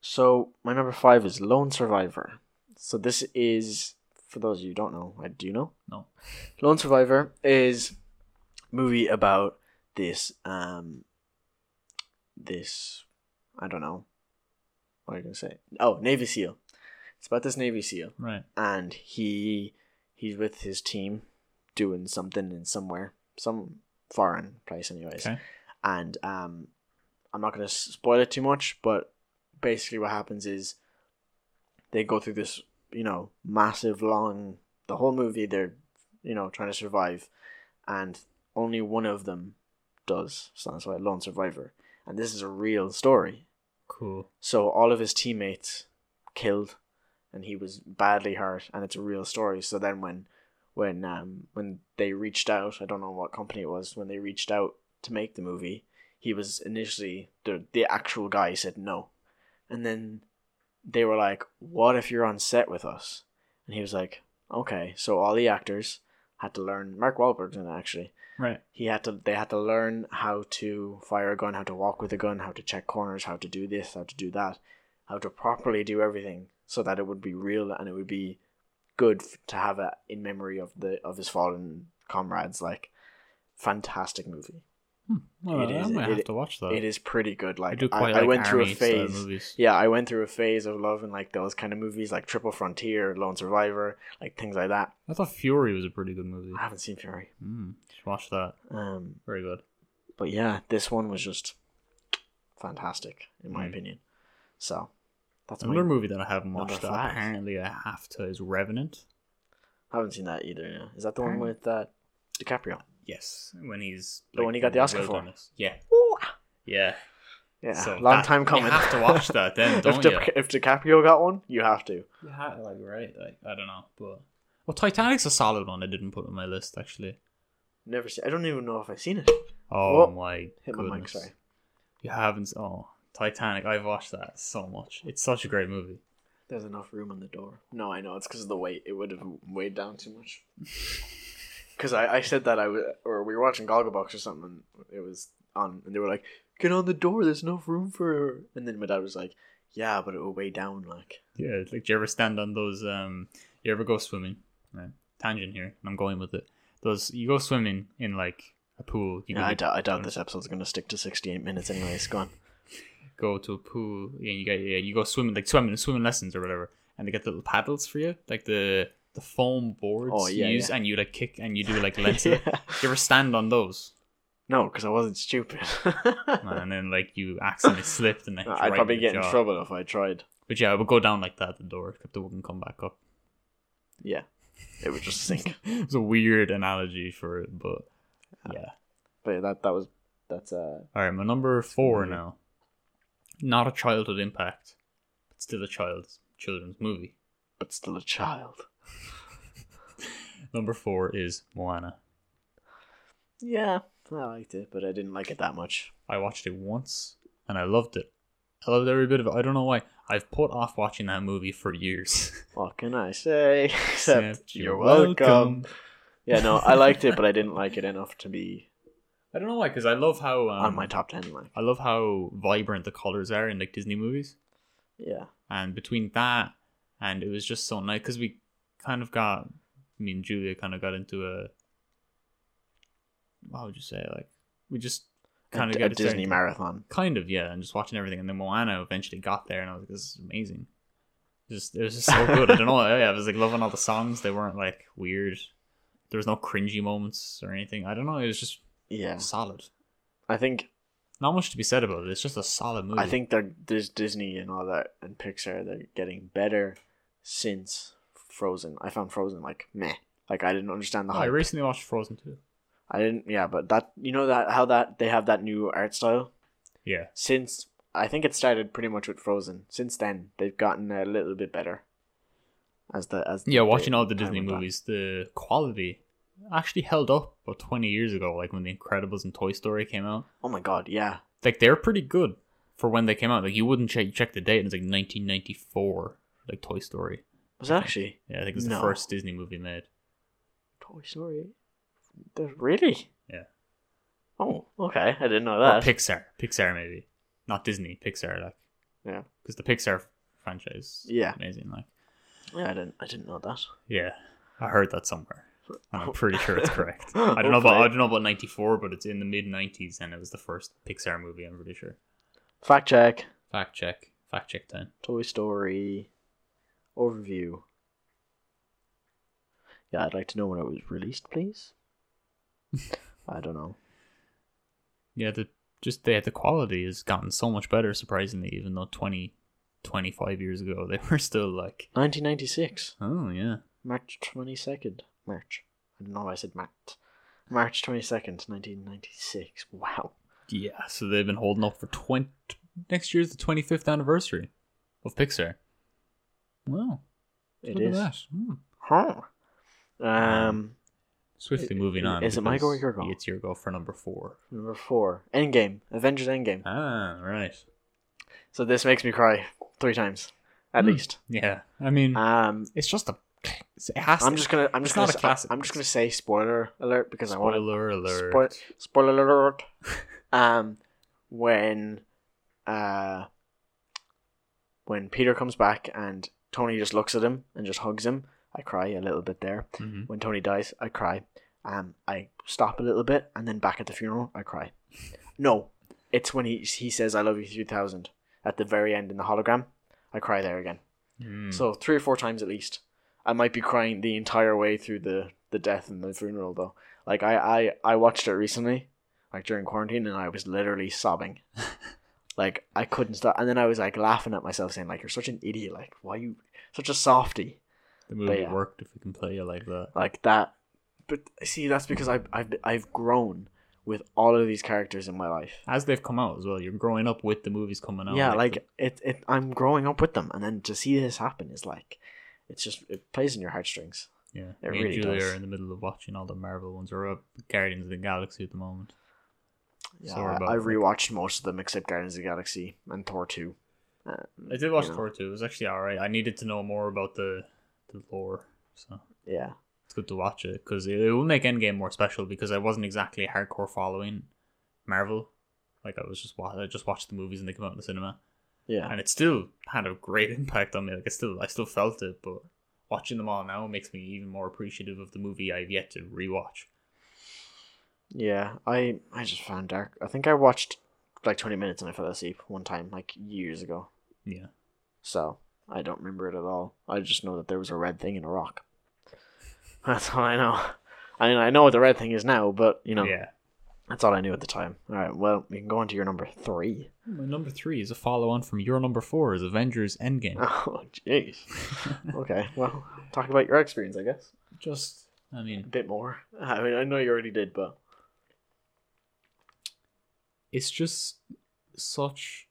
So my number five is Lone Survivor. So this is for those of you who don't know. I do you know. No. Lone Survivor is a movie about this um this I don't know what are you gonna say? Oh, Navy SEAL. It's about this Navy SEAL Right. and he he's with his team doing something in somewhere. Some foreign place anyways Okay. and um, I'm not going to spoil it too much, but basically what happens is they go through this, you know, massive long the whole movie they're, you know, trying to survive, and only one of them does. So that's why lone survivor, and this is a real story. Cool. So all of his teammates killed, and he was badly hurt, and it's a real story. So then when when um when they reached out, I don't know what company it was, when they reached out to make the movie, he was initially the the actual guy said no, and then they were like, "What if you're on set with us?" And he was like, "Okay." So all the actors had to learn. Mark Wahlberg's in it actually Right. he had to they had to learn how to fire a gun, how to walk with a gun, how to check corners, how to do this, how to do that, how to properly do everything so that it would be real and it would be good f- to have it in memory of the of his fallen comrades like fantastic movie. Hmm. Well, It I is- might it- have to watch that. It is pretty good I like do I, quite I like went through a army style phase movies. yeah, I went through a phase of loving like those kind of movies like Triple Frontier, Lone Survivor, like things like that. I thought Fury was a pretty good movie. I haven't seen Fury. Mm, should watch that. Um Very good. But yeah, this one was just fantastic, in my Mm. opinion. So that's my. Another movie that I haven't number watched that five. uh, Oh um, It would just sink. it's a weird analogy for it, but yeah. but yeah, that that was that's uh All right, my number four movie. now. Not a childhood impact, but still a child's children's movie. but still a child. Number four is Moana. Yeah, I liked it, but I didn't like it that much. I watched it once and I loved it. I loved every bit of it. I don't know why. I've put off watching that movie for years. What can I say? Except you're welcome. Yeah, no, I liked it, but I didn't like it enough to be I don't know why, because I love how um, on my top ten. Like, I love how vibrant the colors are in like Disney movies. yeah, and between that and it was just so nice because we kind of got me and julia kind of got into a what would you say like we just a, kind of a got Disney certain- marathon. kind of yeah and just watching everything and then moana eventually got there and i was like this is amazing just it was just so good i don't know oh, yeah, i was like loving all the songs they weren't like weird there was no cringy moments or anything i don't know it was just Yeah, solid I think not much to be said about it it's just a solid movie I think they're there's Disney and all that and Pixar. They're getting better since Frozen. I found Frozen like meh. Like I didn't understand the Oh, i hype. recently watched frozen too I didn't. Yeah, but that you know that how that they have that new art style yeah since I think it started pretty much with Frozen. Since then, they've gotten a little bit better. As the as Yeah, watching all the time Disney went by. movies, the quality actually held up about 20 years ago, like when The Incredibles and Toy Story came out. Oh my god, yeah, Like, they're pretty good for when they came out. Like, you wouldn't check, check the date, and it's like 1994, like Toy Story. was it actually Yeah, I think it's No. the first Disney movie made. Toy Story? The- Really? Yeah. Oh, okay. I didn't know Or that. Pixar. Pixar, maybe. Not Disney, Pixar, like. Yeah. Because the Pixar franchise is Yeah. amazing, like. yeah, I didn't. I didn't know that. Yeah, I heard that somewhere. And I'm pretty sure it's correct. I Hopefully. don't know about I don't know about '94, but it's in the mid '90s, and it was the first Pixar movie. I'm pretty sure. Fact check. Fact check. Fact check time. Toy Story overview. Yeah, I'd like to know when it was released, please. I don't know. Yeah, the just the the quality has gotten so much better surprisingly, even though 20, 25 years ago they were still like, 1996, oh yeah, March 22nd. March. I don't know why I said March. March 22nd, 1996. Wow. yeah. So they've been holding up for twenty. Next year's the twenty fifth anniversary of Pixar. Wow, It look at is. that. Hmm. Huh. Um, Swiftly I- moving on. is it my go or because your go? It's your go for number four. number four. Endgame. Avengers Endgame. Ah, right. So this makes me cry three times, at Hmm. least. Yeah, I mean, Um, it's just a. It has I'm to- just gonna. I'm it's just gonna. not a s- classic. I'm just gonna say spoiler alert because I want to Spoiler alert. Spoil- spoiler alert. um, when, uh, when Peter comes back and Tony just looks at him and just hugs him, I cry a little bit there. Mhm. When Tony dies, I cry. Um, I stop a little bit and then back at the funeral, I cry. No, it's when he he says "I love you 3000 at the very end in the hologram. I cry there again. Mm. So three or four times at least. I might be crying the entire way through the the death and the funeral though. Like I I I watched it recently, like during quarantine, and I was literally sobbing. like I couldn't stop, and then I was like laughing at myself, saying like, "You're such an idiot! Like why you such a softy the movie yeah. worked if we can play it like that. like that?" But see, that's because I've I've I've grown with all of these characters in my life. As they've come out as well, you're growing up with the movies coming out. yeah, like it, it. I'm growing up with them, and then to see this happen is like, it's just it plays in your heartstrings. the- yeah. it Me and really Julia does. are in the middle of watching all the Marvel ones. We're up Guardians of the Galaxy at the moment. Yeah, Sorry about I, I that. rewatched most of them except Guardians of the Galaxy and Thor two. Uh, I did watch you know, Thor two. It was actually all right. I needed to know more about the the lore, so Yeah, it's good to watch it because it, it will make Endgame more special. Because I wasn't exactly hardcore following Marvel. Like I was just wa- I just watched the movies and they come out in the cinema. yeah, and it still had a great impact on me. Like I still, I still felt it, but watching them all now makes me even more appreciative of the movie I've yet to rewatch. yeah. I I just found Dark. I think I watched like twenty minutes and I fell asleep one time like years ago. Yeah, So I don't remember it at all. I just know that there was a red thing in a rock. That's all I know. I mean, I know what the red thing is now, but you know yeah. that's all I knew at the time. All right, well, we can go on to your number three. My number three is a follow-on from your number four, is Avengers Endgame. Oh, jeez. okay, well, talk about your experience, I guess. Just, I A mean, bit more. I mean, I know you already did, but it's just such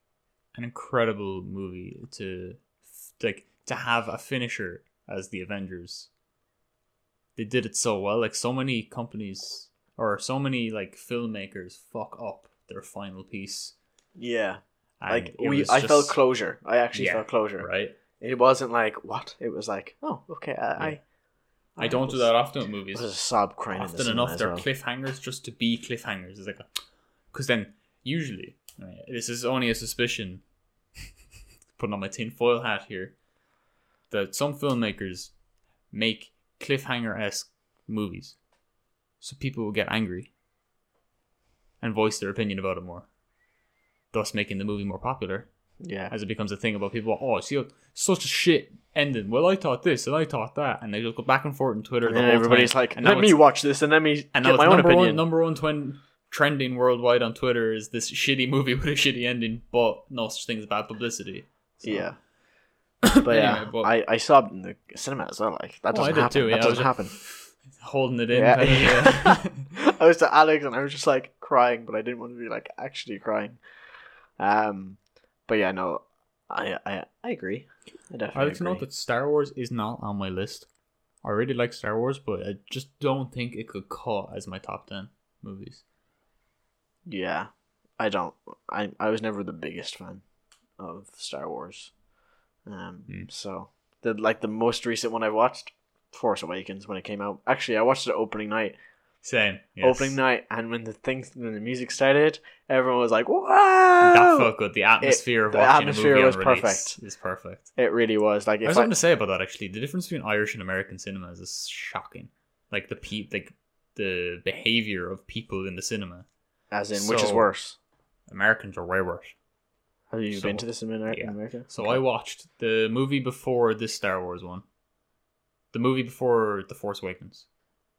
an incredible movie to like to have a finisher as the Avengers. They did it so well. Like so many companies or so many like filmmakers fuck up their final piece. yeah, and like it we, was I felt just- closure. I actually Yeah, felt closure. right. It wasn't like what it was like. Oh, okay. I Yeah. I, I don't do was- that often with It movies. was a sob crying in the often cinema enough as they're well. cliffhangers just to be cliffhangers. It's like, because then usually right, this is only a suspicion. putting on my tinfoil hat here, that some filmmakers make cliffhanger esque movies, so people will get angry and voice their opinion about it more, thus making the movie more popular Yeah, as it becomes a thing about people. Oh, see, such a shit ending. Well, I thought this and I thought that, and they just go back and forth on Twitter. and the then whole everybody's time. like, and now "Let me it's- watch this," and let me and now get it's my own number one, opinion. number one twin trending worldwide on Twitter is this shitty movie with a shitty ending, but no such thing as bad publicity. So- Yeah, but yeah, Anyway, but- I I sobbed in the cinema as well. Like that Oh, I doesn't did happen. too, yeah, that I was doesn't just- happen. holding it in. Yeah. kinda, yeah. I was to Alex and I was just like crying, but I didn't want to be like actually crying. Um, but yeah, no, I I I agree. I definitely I like to agree. note that Star Wars is not on my list. I really like Star Wars, but I just don't think it could cut as my top ten movies. Yeah, I don't. I I was never the biggest fan of Star Wars. Um, Hmm. so the like the most recent one I watched, Force Awakens, when it came out. Actually, I watched it opening night, Same. Yes. opening night, and when the things when the music started, everyone was like, That "Wow!" felt good. The atmosphere of the watching atmosphere a movie was on release perfect. Is perfect. It really was like I have if I, something to say about that actually. The difference between Irish and American cinemas is shocking. Like the pe- like the behavior of people in the cinema. as in which is So- worse. Americans are way worse. Have you So- been to this in America? yeah. in America? So I watched the movie before this Star Wars one, the movie before the Force Awakens.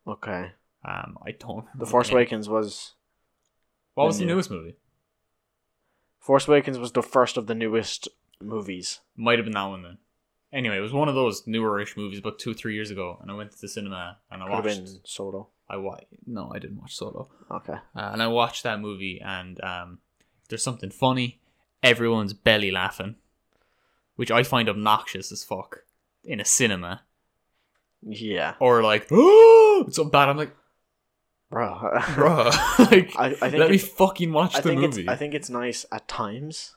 okay. Um, I don't. remember The Force name. Awakens was What was the the new- newest movie? Force Awakens was the first of the newest movies. Might have been that one then. Anyway, it was one of those newer-ish movies about two, three years ago, and I went to the cinema and I Could have watched. been Solo. I wa- No, I didn't watch Solo. Okay. Uh, and I watched that movie, and um, there's something funny. Everyone's belly laughing, which I find obnoxious as fuck in a cinema. Yeah, Or like, oh, it's so bad. I'm like, bro. bruh, like, I, I think let me it- fucking watch I the think movie. it's I think it's nice at times,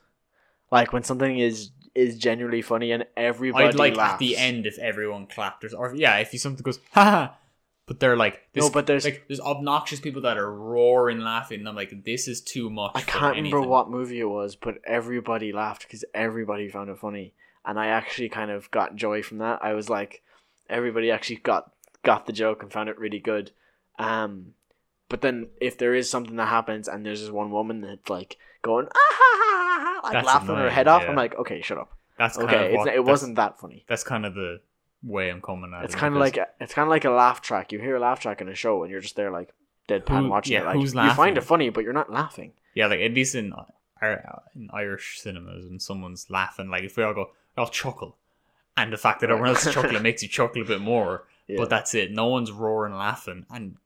like when something is is genuinely funny and everybody I'd like laughs. at the end if everyone clapped, or, or yeah, if you something goes, ha. But they're like, this, No, but there's- like there's obnoxious people that are roaring laughing. And I'm like, this is too much. I for can't remember anything. what movie it was, but everybody laughed because everybody found it funny, and I actually kind of got joy from that. I was like, everybody actually got got the joke and found it really good. Um, but then if there is something that happens and there's this one woman that's like going ah ha ha ha, ha," like That's laughing her annoying, head off, yeah. I'm like, okay, shut up. That's kind okay, of it's, what- it that's- wasn't that funny. That's kind of the way I'm coming at it. It's kind of because- like a, it's kind of like a laugh track. You hear a laugh track in a show, and you're just there like deadpan Who- watching yeah, it. Like who's you find laughing? it funny, but you're not laughing. Yeah, like at least in Ir- in Irish cinemas, when someone's laughing, like if we all go, I'll chuckle, and the fact that everyone else is chuckling makes you chuckle a bit more. Yeah. But that's it. No one's roaring laughing, and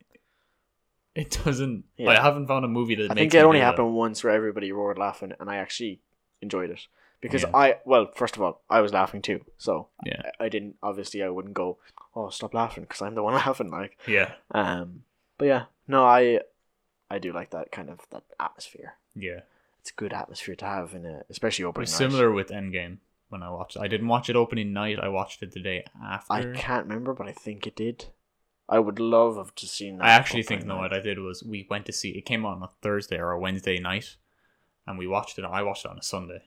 it doesn't. Yeah. I haven't found a movie that. I makes think it me only do that. happened once where everybody roared laughing, and I actually enjoyed it because Yeah. I well, first of all, I was laughing too, so Yeah. I, I didn't obviously I wouldn't go oh stop laughing because I'm the one laughing like Yeah, um but yeah no I I do like that kind of that atmosphere. yeah. It's a good atmosphere to have in a especially It opening. was night. similar with Endgame when I watched. it. I didn't watch it opening night. I watched it the day I after. can't remember, but I think it did. I would love have just seen that. I actually think opening no. night. What I did was we went to see. It came on a Thursday or a Wednesday night, and we watched it. I watched it on a Sunday.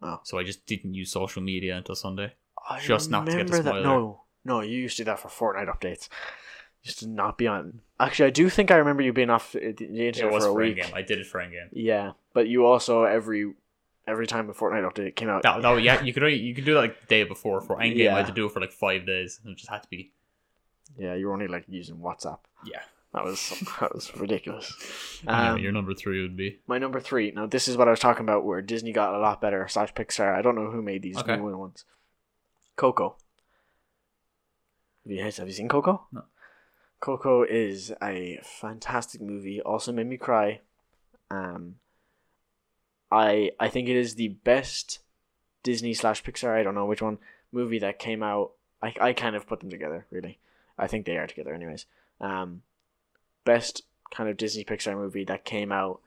Oh. So I just didn't use social media until Sunday. I Just not to get the remember that. spoiler. No, no, you used to do that for Fortnite updates. Used to not be on. Actually, I do think I remember you being off uh, the the It internet was for a for week. Endgame. I did it for Endgame. Yeah, but you also every every time a Fortnite update came out. That, that yeah, you could only, you could do that like the day before for Endgame. I Yeah. had to do it for like five days. It just had to be Yeah, you were only like using WhatsApp. yeah. That was that was ridiculous. I know, Um, your number three would be My number three. Now this is what I was talking about, where Disney got a lot better slash Pixar. I don't know who made these Okay. new ones. Coco. Have you, have you seen Coco? No. Coco is a fantastic movie. Also made me cry. Um, I I think it is the best Disney slash Pixar. I don't know which one movie that came out. I I kind of put them together. Really, I think they are together. Anyways, um, best kind of Disney Pixar movie that came out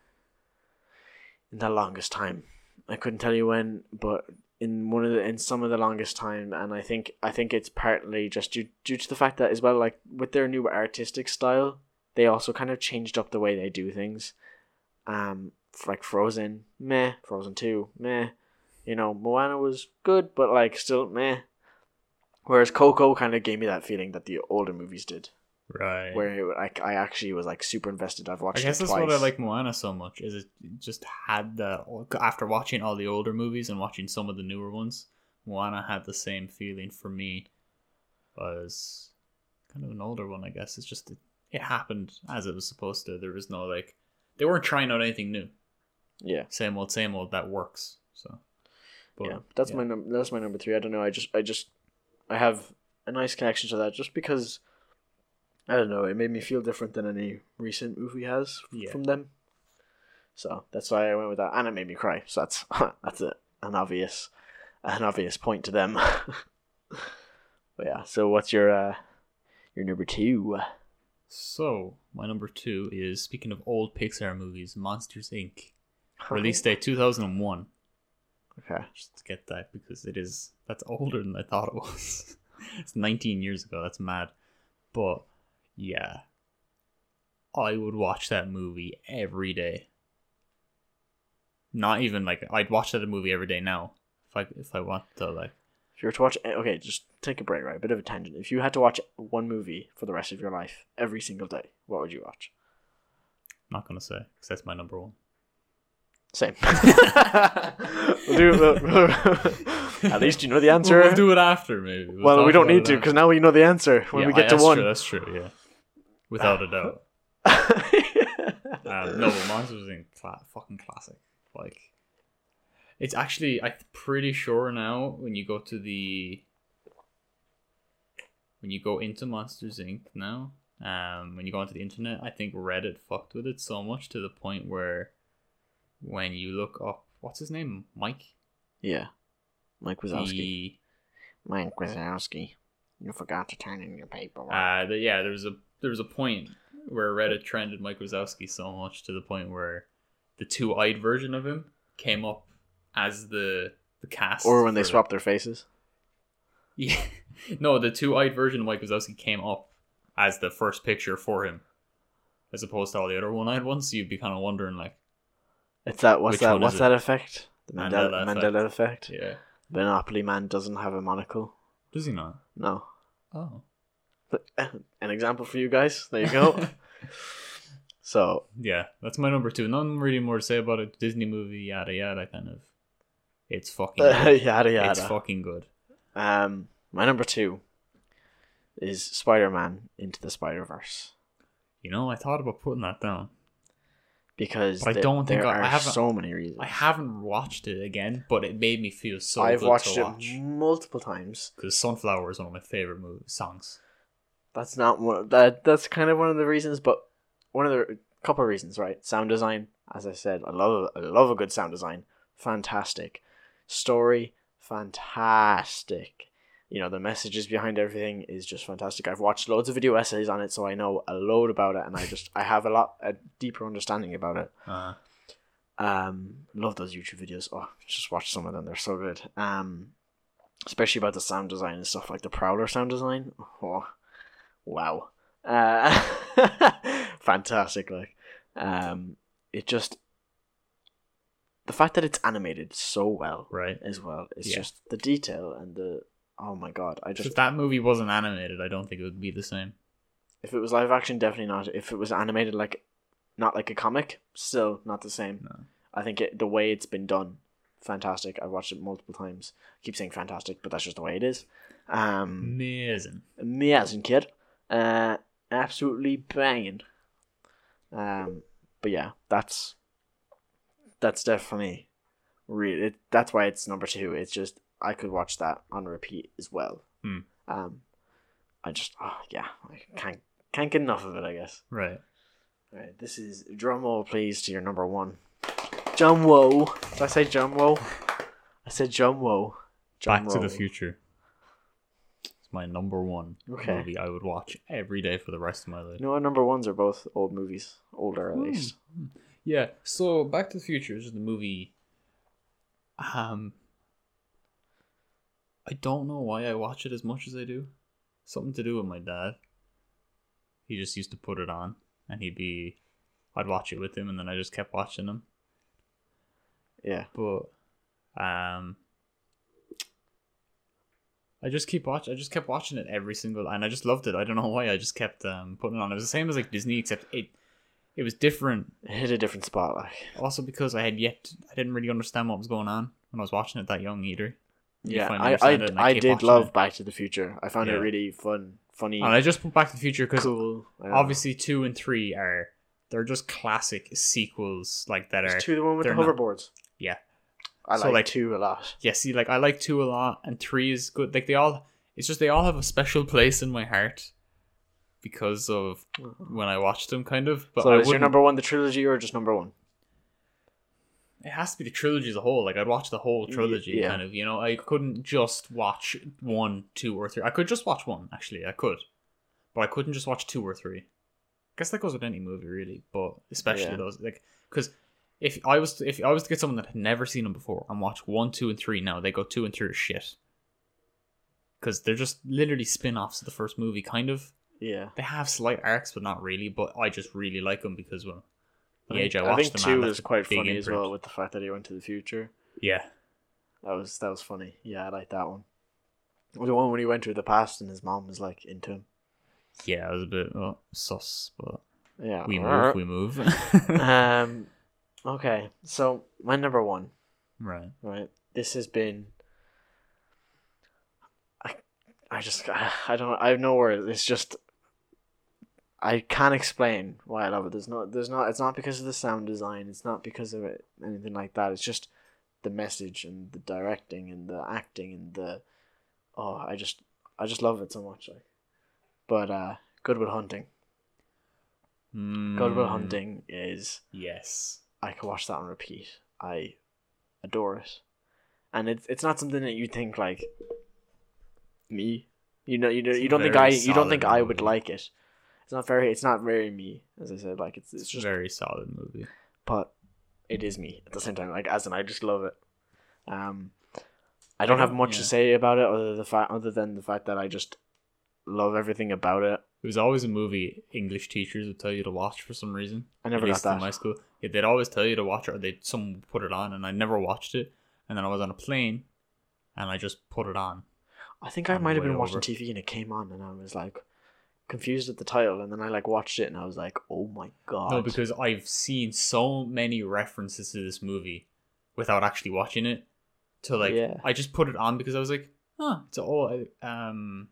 in the longest time. I couldn't tell you when, but in one of the in some of the longest time and I think I think it's partly just due due to the fact that as well like with their new artistic style they also kind of changed up the way they do things um f- like Frozen meh Frozen 2 meh you know Moana was good but like still meh whereas Coco kind of gave me that feeling that the older movies did Right. where it, like I actually was like super invested I've watched I guess it that's twice. what I like Moana so much is it just had the after watching all the older movies and watching some of the newer ones, Moana had the same feeling for me. Was kind of an older one, I guess. It's just it, it happened as it was supposed to. There was no like they weren't trying out anything new. yeah Same old, same old. That works. So, but, yeah, that's my num- that's my number three. I don't know. I just I just I have a nice connection to that just because I don't know. It made me feel different than any recent movie has f- Yeah. from them. So that's why I went with that, and it made me cry. So that's that's a, an obvious an obvious point to them. but yeah. So what's your uh your number two? So my number two is speaking of old Pixar movies, Monsters Inc. Release date two thousand and one. Okay. just to get that because it is that's older than I thought it was. it's 19 years ago. That's mad. But yeah, I would watch that movie every day. Not even like I'd watch that movie every day now if I if I want to like If you were to watch, eh, okay, just take a break, right? bit of a tangent. If you had to watch one movie for the rest of your life, every single day, what would you watch? I'm not gonna say because that's my number one. Same. we'll do, we'll, we'll- at least you know the answer. We'll do it after maybe. We'll well, we talk don't about need it to after. because now we know the answer when Yeah, we get I- to that's one. True, that's true. Yeah, without a doubt. Um, no, but Monsters Inc. Cla- fucking classic. Like, it's actually I'm pretty sure now when you go to the when you go into Monsters Inc. now, um, when you go onto the internet, I think Reddit fucked with it so much to the point where when you look up what's his name, Mike, yeah, Mike Wazowski. the, Mike Wazowski, you forgot to turn in your paperwork. uh, the, yeah, there was a there was a point where Reddit trended Mike Wazowski so much to the point where the two-eyed version of him came up as the the cast. or when they for- swap their faces. Yeah, no, the two-eyed version of Mike Wazowski came up as the first picture for him, as opposed to all the other one-eyed ones. So you'd be kind of wondering, like, It's that. What's Which that? one What's is that effect? The Mandela, Mandela effect. Mandela effect. yeah, The Monopoly man doesn't have a monocle. does he not? No. Oh, But, an example for you guys. There you go. so yeah, that's my number two. Nothing really more to say about it. Disney movie, yada yada, kind of. It's fucking. good. yada yada. It's fucking good. Um, my number two is Spider Man into the Spider Verse You know, I thought about putting that down. because But I the- don't think there I- I are haven't- so many reasons. I haven't watched it again, but it made me feel so I've good watched to it watch. multiple times. Because Sunflower is one of my favorite movie songs. That's not one. That that's kind of one of the reasons, but one of the couple of reasons, right? Sound design, as I said, I love I love a good sound design. Fantastic story, fantastic. You know the messages behind everything is just fantastic. I've watched loads of video essays on it, so I know a load about it, and I just I have a lot a deeper understanding about it. Uh, Um, love those YouTube videos. Oh, just watch some of them; they're so good. Um, especially about the sound design and stuff, like the Prowler sound design. Oh, wow, uh, fantastic! Like, um, it just the fact that it's animated so well right. as well. It's Yeah. just the detail and the oh my god! I just If that movie wasn't animated, I don't think it would be the same. if it was live action, definitely not. If it was animated, like not like a comic, still not the same. No. I think it, the way it's been done, fantastic. I've watched it multiple times. I keep saying fantastic, but that's just the way it is. Um, Amazing. amazing kid, uh, absolutely banging. Um, but yeah, that's that's definitely really. It, that's why it's number two. It's just I could watch that on repeat as well. Hmm. Um, I just, oh, yeah, I can't can't get enough of it. I guess. Right. All right, this is drum roll, please, to your number one. John Woe. Did I say John Woe? I said John Woe. John Back to Woe. the Future. It's my number one Okay. movie I would watch every day for the rest of my life. You know what? Number ones are both old movies, older Hmm. at least. Yeah. So Back to the Future is the movie. Um, I don't know why I watch it as much as I do. Something to do with my dad. He just used to put it on, and he'd be, I'd watch it with him, and then I just kept watching him. Yeah. But, um, I just keep watch. I just kept watching it every single, and I just loved it. I don't know why. I just kept um putting it on. It was the same as like Disney, except it, it was different It hit a different spot. Like, also because I had yet I didn't really understand what was going on when I was watching it that young either. You yeah, finally I, I, understand it and I keep did watching love it. Back to the Future. I found it Yeah. really fun, funny, And I just put Back to the Future because cool. I don't know. obviously two and three are they're just classic sequels like that are Is two the one with the they're not- hoverboards. Yeah. I So, like, like- two a lot. yeah. See, like I like two a lot, and three is good. Like they all, it's just they all have a special place in my heart because of when I watched them, kind of. But so I is your wouldn't- number one the trilogy or just number one? it has to be the trilogy as a whole. Like I'd watch the whole Y- trilogy, yeah. kind of. You know, I couldn't just watch one, two, or three. I could just watch one, actually. I could, but I couldn't just watch two or three. I guess that goes with any movie, really, but especially Yeah. those. Like, because if I was to, if I was to get someone that had never seen them before and watch one, two, and three now, they go two and three are shit. Because they're just literally spin-offs of the first movie, kind of. Yeah. They have slight arcs, but not really. But I just really like them because well, the I age I think- watched I think them at two left is a quite big funny as imprint. well with the fact that he went to the future. Yeah, That was that was funny. Yeah, I like that one. The one when he went to the past and his mom was like into him. Yeah, it was a bit well, sus, but Yeah. we move, we move. um. Okay, so my number one, right. right? This has been. I, I just I don't I have no words. It's just. I can't explain why I love it. There's no there's not it's not because of the sound design. It's not because of it anything like that. It's just the message and the directing and the acting and the oh I just I just love it so much. Like, but uh, Goodwill Hunting. Mm, Goodwill Hunting is Yes. I could watch that on repeat. I adore it, and it's it's not something that you think like me. You know, you don't, It's you don't think I very you don't think solid I would movie. like it. It's not very it's not very me, as I said. Like it's It's it's just very solid movie. but it is me at the same time. Like as in, I just love it. Um, I don't have much to Yeah. say about it other the fact other than the fact that I just love everything about it. It was always a movie English teachers would tell you to watch for some reason. I never At got least in that. my school. Yeah, they'd always tell you to watch it, or they'd someone would put it on, and I never watched it. And then I was on a plane, and I just put it on. I think I I'm might have way been watching over. TV and it came on and I was like confused at the title and then I like watched it and I was like, oh my god. No, because I've seen so many references to this movie without actually watching it. To like, Yeah. I just put it on because I was like, huh, it's all um,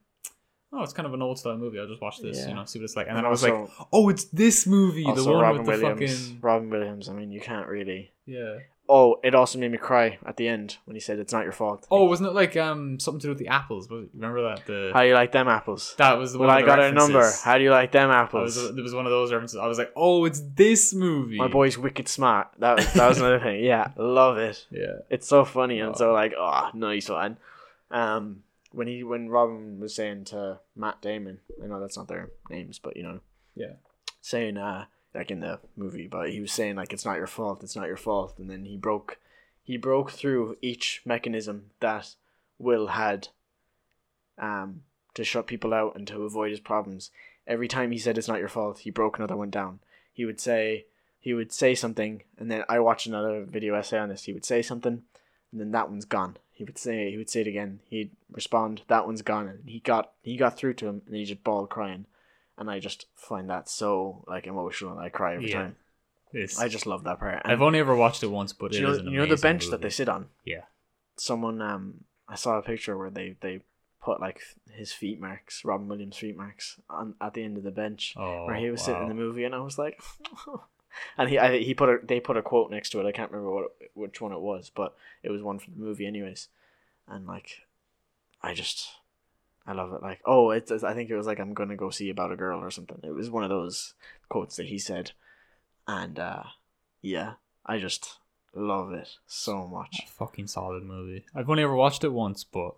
oh, it's kind of an old style movie. I'll just watch this, Yeah. you know, see what it's like. And, And then I was also- like, oh, it's this movie, the also one Robin with the Williams. fucking Robin Williams. I mean, you can't really. yeah. Oh, it also made me cry at the end when he said, "It's not your fault." Oh, wasn't it like um something to do with the apples? Was it- Remember that the how you like them apples? that was the Well, one I of the got her number. references. How do you like them That was, apples? there was one of those references. I was like, oh, it's this movie. My boy's wicked smart. That was, that was another thing. Yeah, love it. Yeah. It's so funny and Oh. so like, oh, nice one. Um, when he when Robin was saying to Matt Damon, I know that's not their names, but you know, Yeah. saying uh like in the movie, but he was saying like it's not your fault, it's not your fault, and then he broke he broke through each mechanism that Will had um to shut people out and to avoid his problems. Every time he said it's not your fault, he broke another one down. He would say he would say something and then I watched another video essay on this. He would say something and then that one's gone. He would say he would say it again. He'd respond, that one's gone and he got he got through to him and he just bawled crying. And I just find that so like emotional and I cry every Yeah. time. It's- I just love that part. And I've only ever watched it once, but do it you know, is an you know the amazing bench that movie. they sit on? Yeah. someone um I saw a picture where they they put like his feet marks, Robin Williams feet marks on at the end of the bench Oh, where he was sitting in the wow. movie and I was like and he I, he put a they put a quote next to it. I can't remember what which one it was, but it was one from the movie anyways. And like I just I love it. Like, oh, it's. it's- I think it was like, I'm gonna go see about a girl or something. It was one of those quotes that he said, and uh, yeah, I just love it so much. A fucking solid movie. I've only ever watched it once, but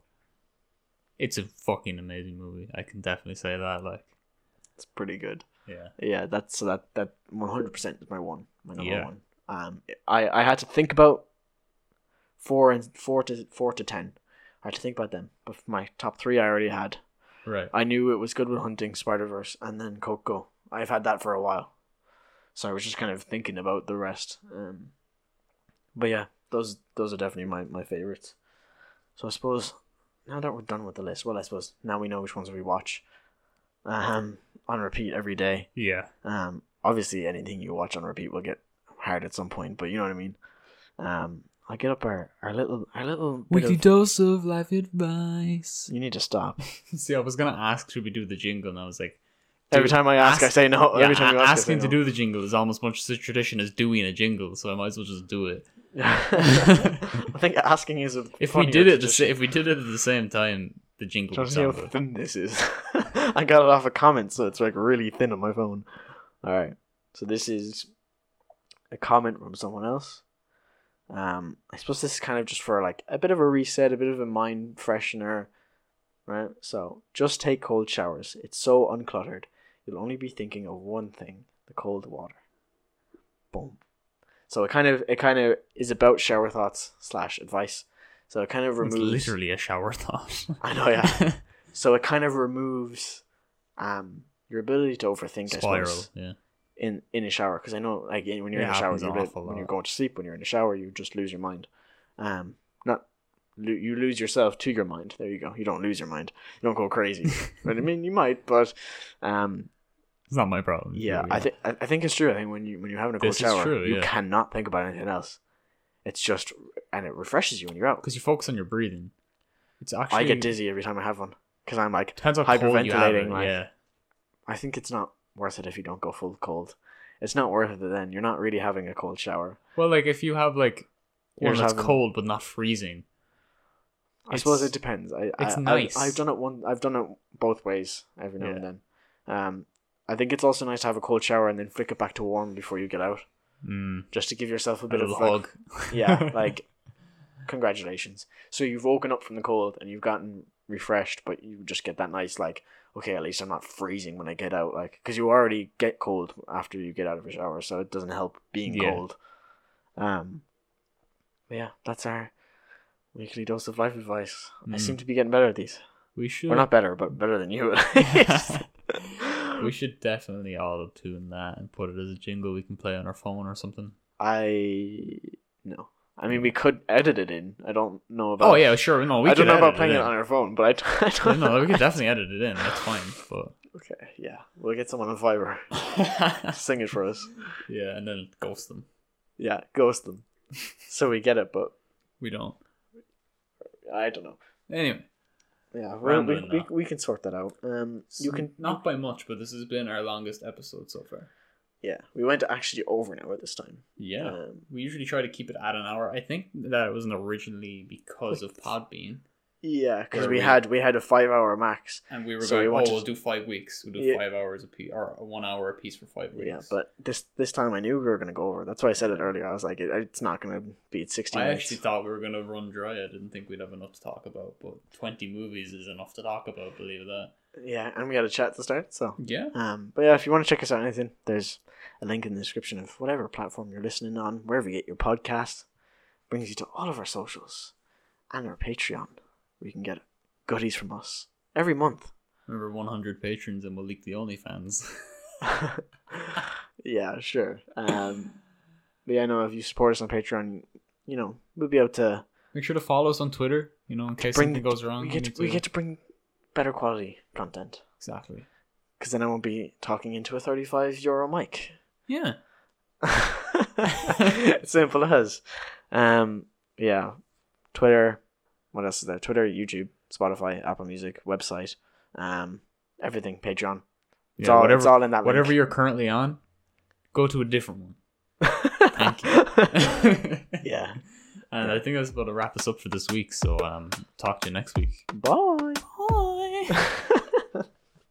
it's a fucking amazing movie. I can definitely say that. Like, It's pretty good. yeah, Yeah, that's so that that 100 percent is my one, my number Yeah. one. Um, I I had to think about four and four to four to ten. I had to think about them, but for my top three I already had. right. I knew it was Goodwill Hunting, Spider Verse, and then Coco. I've had that for a while, so I was just kind of thinking about the rest. Um, but yeah, those those are definitely my my favorites. So I suppose now that we're done with the list, well, I suppose now we know which ones we watch. Um, on repeat every day. Yeah, Um, obviously, anything you watch on repeat will get hard at some point, but you know what I mean. Um, I'll get up our, our little our little. Bit weekly of, dose of life advice. you need to stop. See, I was gonna ask should we do the jingle, and I was like, Every dude, time I ask, I ask- say no. yeah, Every time you a- ask, asking to do the jingle is almost much as a tradition as doing a jingle, so I might as well just do it. do. I think asking is a. If we funnier did it, the sa- tradition. if we did it at the same time, the jingle would Don't you know sound how good. thin this is. I got it off a comment, so it's like really thin on my phone. All right, so this is a comment from someone else. Um, I suppose this is kind of just for like a bit of a reset, a bit of a mind freshener, right? So just take cold showers. It's so uncluttered. You'll only be thinking of one thing: the cold water. Boom. So it kind of it kind of is about shower thoughts slash advice. So it kind of It's removes literally a shower thought. I know, yeah. So it kind of removes um your ability to overthink. I Spiral. suppose, Yeah. in in a shower because I know like in- when you're It in a shower, happens you're a bit- awful when you're lot. going to sleep, when you're in a shower, you just lose your mind. Um, not lo- you lose yourself to your mind. There you go. You don't lose your mind. You don't go crazy. but I mean, you might, but um, It's not my problem. yeah, Here we I go. think I I think it's true. I think when you when you're having a cold This is shower, true, you yeah. cannot think about anything else. It's just and it refreshes you when you're out. because you focus on your breathing. It's actually I get dizzy every time I have one because I'm like Depends how cold you have it, hyperventilating, like- yeah, I think it's not worth it if you don't go full cold. It's not worth it then. You're not really having a cold shower. well, like if you have like You're one that's having- cold but not freezing, I suppose It's- it depends. I, it's I, nice. I, have done it one. I've done it both ways every now and Yeah. then. Um, I think it's also nice to have a cold shower and then flick it back to warm before you get out, mm, just to give yourself a a bit little of like, hug. yeah, like congratulations. So you've woken up from the cold and you've gotten refreshed, but you just get that nice like, okay, at least I'm not freezing when I get out, like because you already get cold after you get out of a shower, so it doesn't help being Yeah. cold. Um, but yeah, that's our weekly dose of life advice. I Mm. seem to be getting better at these. we should. We're not better, but better than you. we should definitely all tune that and put it as a jingle we can play on our phone or something. I no. I mean, we could edit it in. I don't know about. Oh yeah, sure. No, we I don't could know about edit playing it, in. on our phone, but I d- I don't, Yeah, no, we could definitely edit it in. That's fine. But Okay, yeah, we'll get someone on Fiverr to sing it for us. yeah, and then ghost them. Yeah, ghost them, so we get it. But We don't. I don't know. Anyway, Yeah, we we, Rambling we, now. we can sort that out. Um, you can. not by much, but this has been our longest episode so far. Yeah, we went actually over an hour this time. Yeah. Um, We usually try to keep it at an hour. I think that it wasn't originally because of Podbean, yeah, because Where we we- had we had a five hour max. and we were So going, we wanted- "Oh, we'll do five weeks. We'll do Yeah. five hours a piece, or one hour a piece for five weeks." Yeah, but this this time I knew we were gonna go over. That's why I said it earlier. I was like, it, it's not gonna be sixteen. I minutes. actually thought we were going to run dry. I didn't think we'd have enough to talk about, but twenty movies is enough to talk about. Believe that. Yeah, and we had a chat to start, so. Yeah. Um, but yeah, if you want to check us out, on anything, there's a link in the description of whatever platform you're listening on, wherever you get your podcast. Brings you to all of our socials and our Patreon, where you can get goodies from us every month. Remember, one hundred patrons, and we'll leak the OnlyFans. yeah, sure. Um, but yeah, I know if you support us on Patreon, you know we'll be able to Make sure to follow us on Twitter. You know, in case bring something goes wrong, we get need to, we get to bring better quality content exactly. because then I won't be talking into a 35 euro mic. Yeah. Simple as. Um, yeah. Twitter. What else is there? Twitter, YouTube, Spotify, Apple Music, website, um, everything, Patreon. It's, yeah all, whatever. it's all in that whatever link. you're currently on, go to a different one. Thank yeah. And I think that's about to wrap us up for this week. So um, talk to you next week. Bye. Bye. me?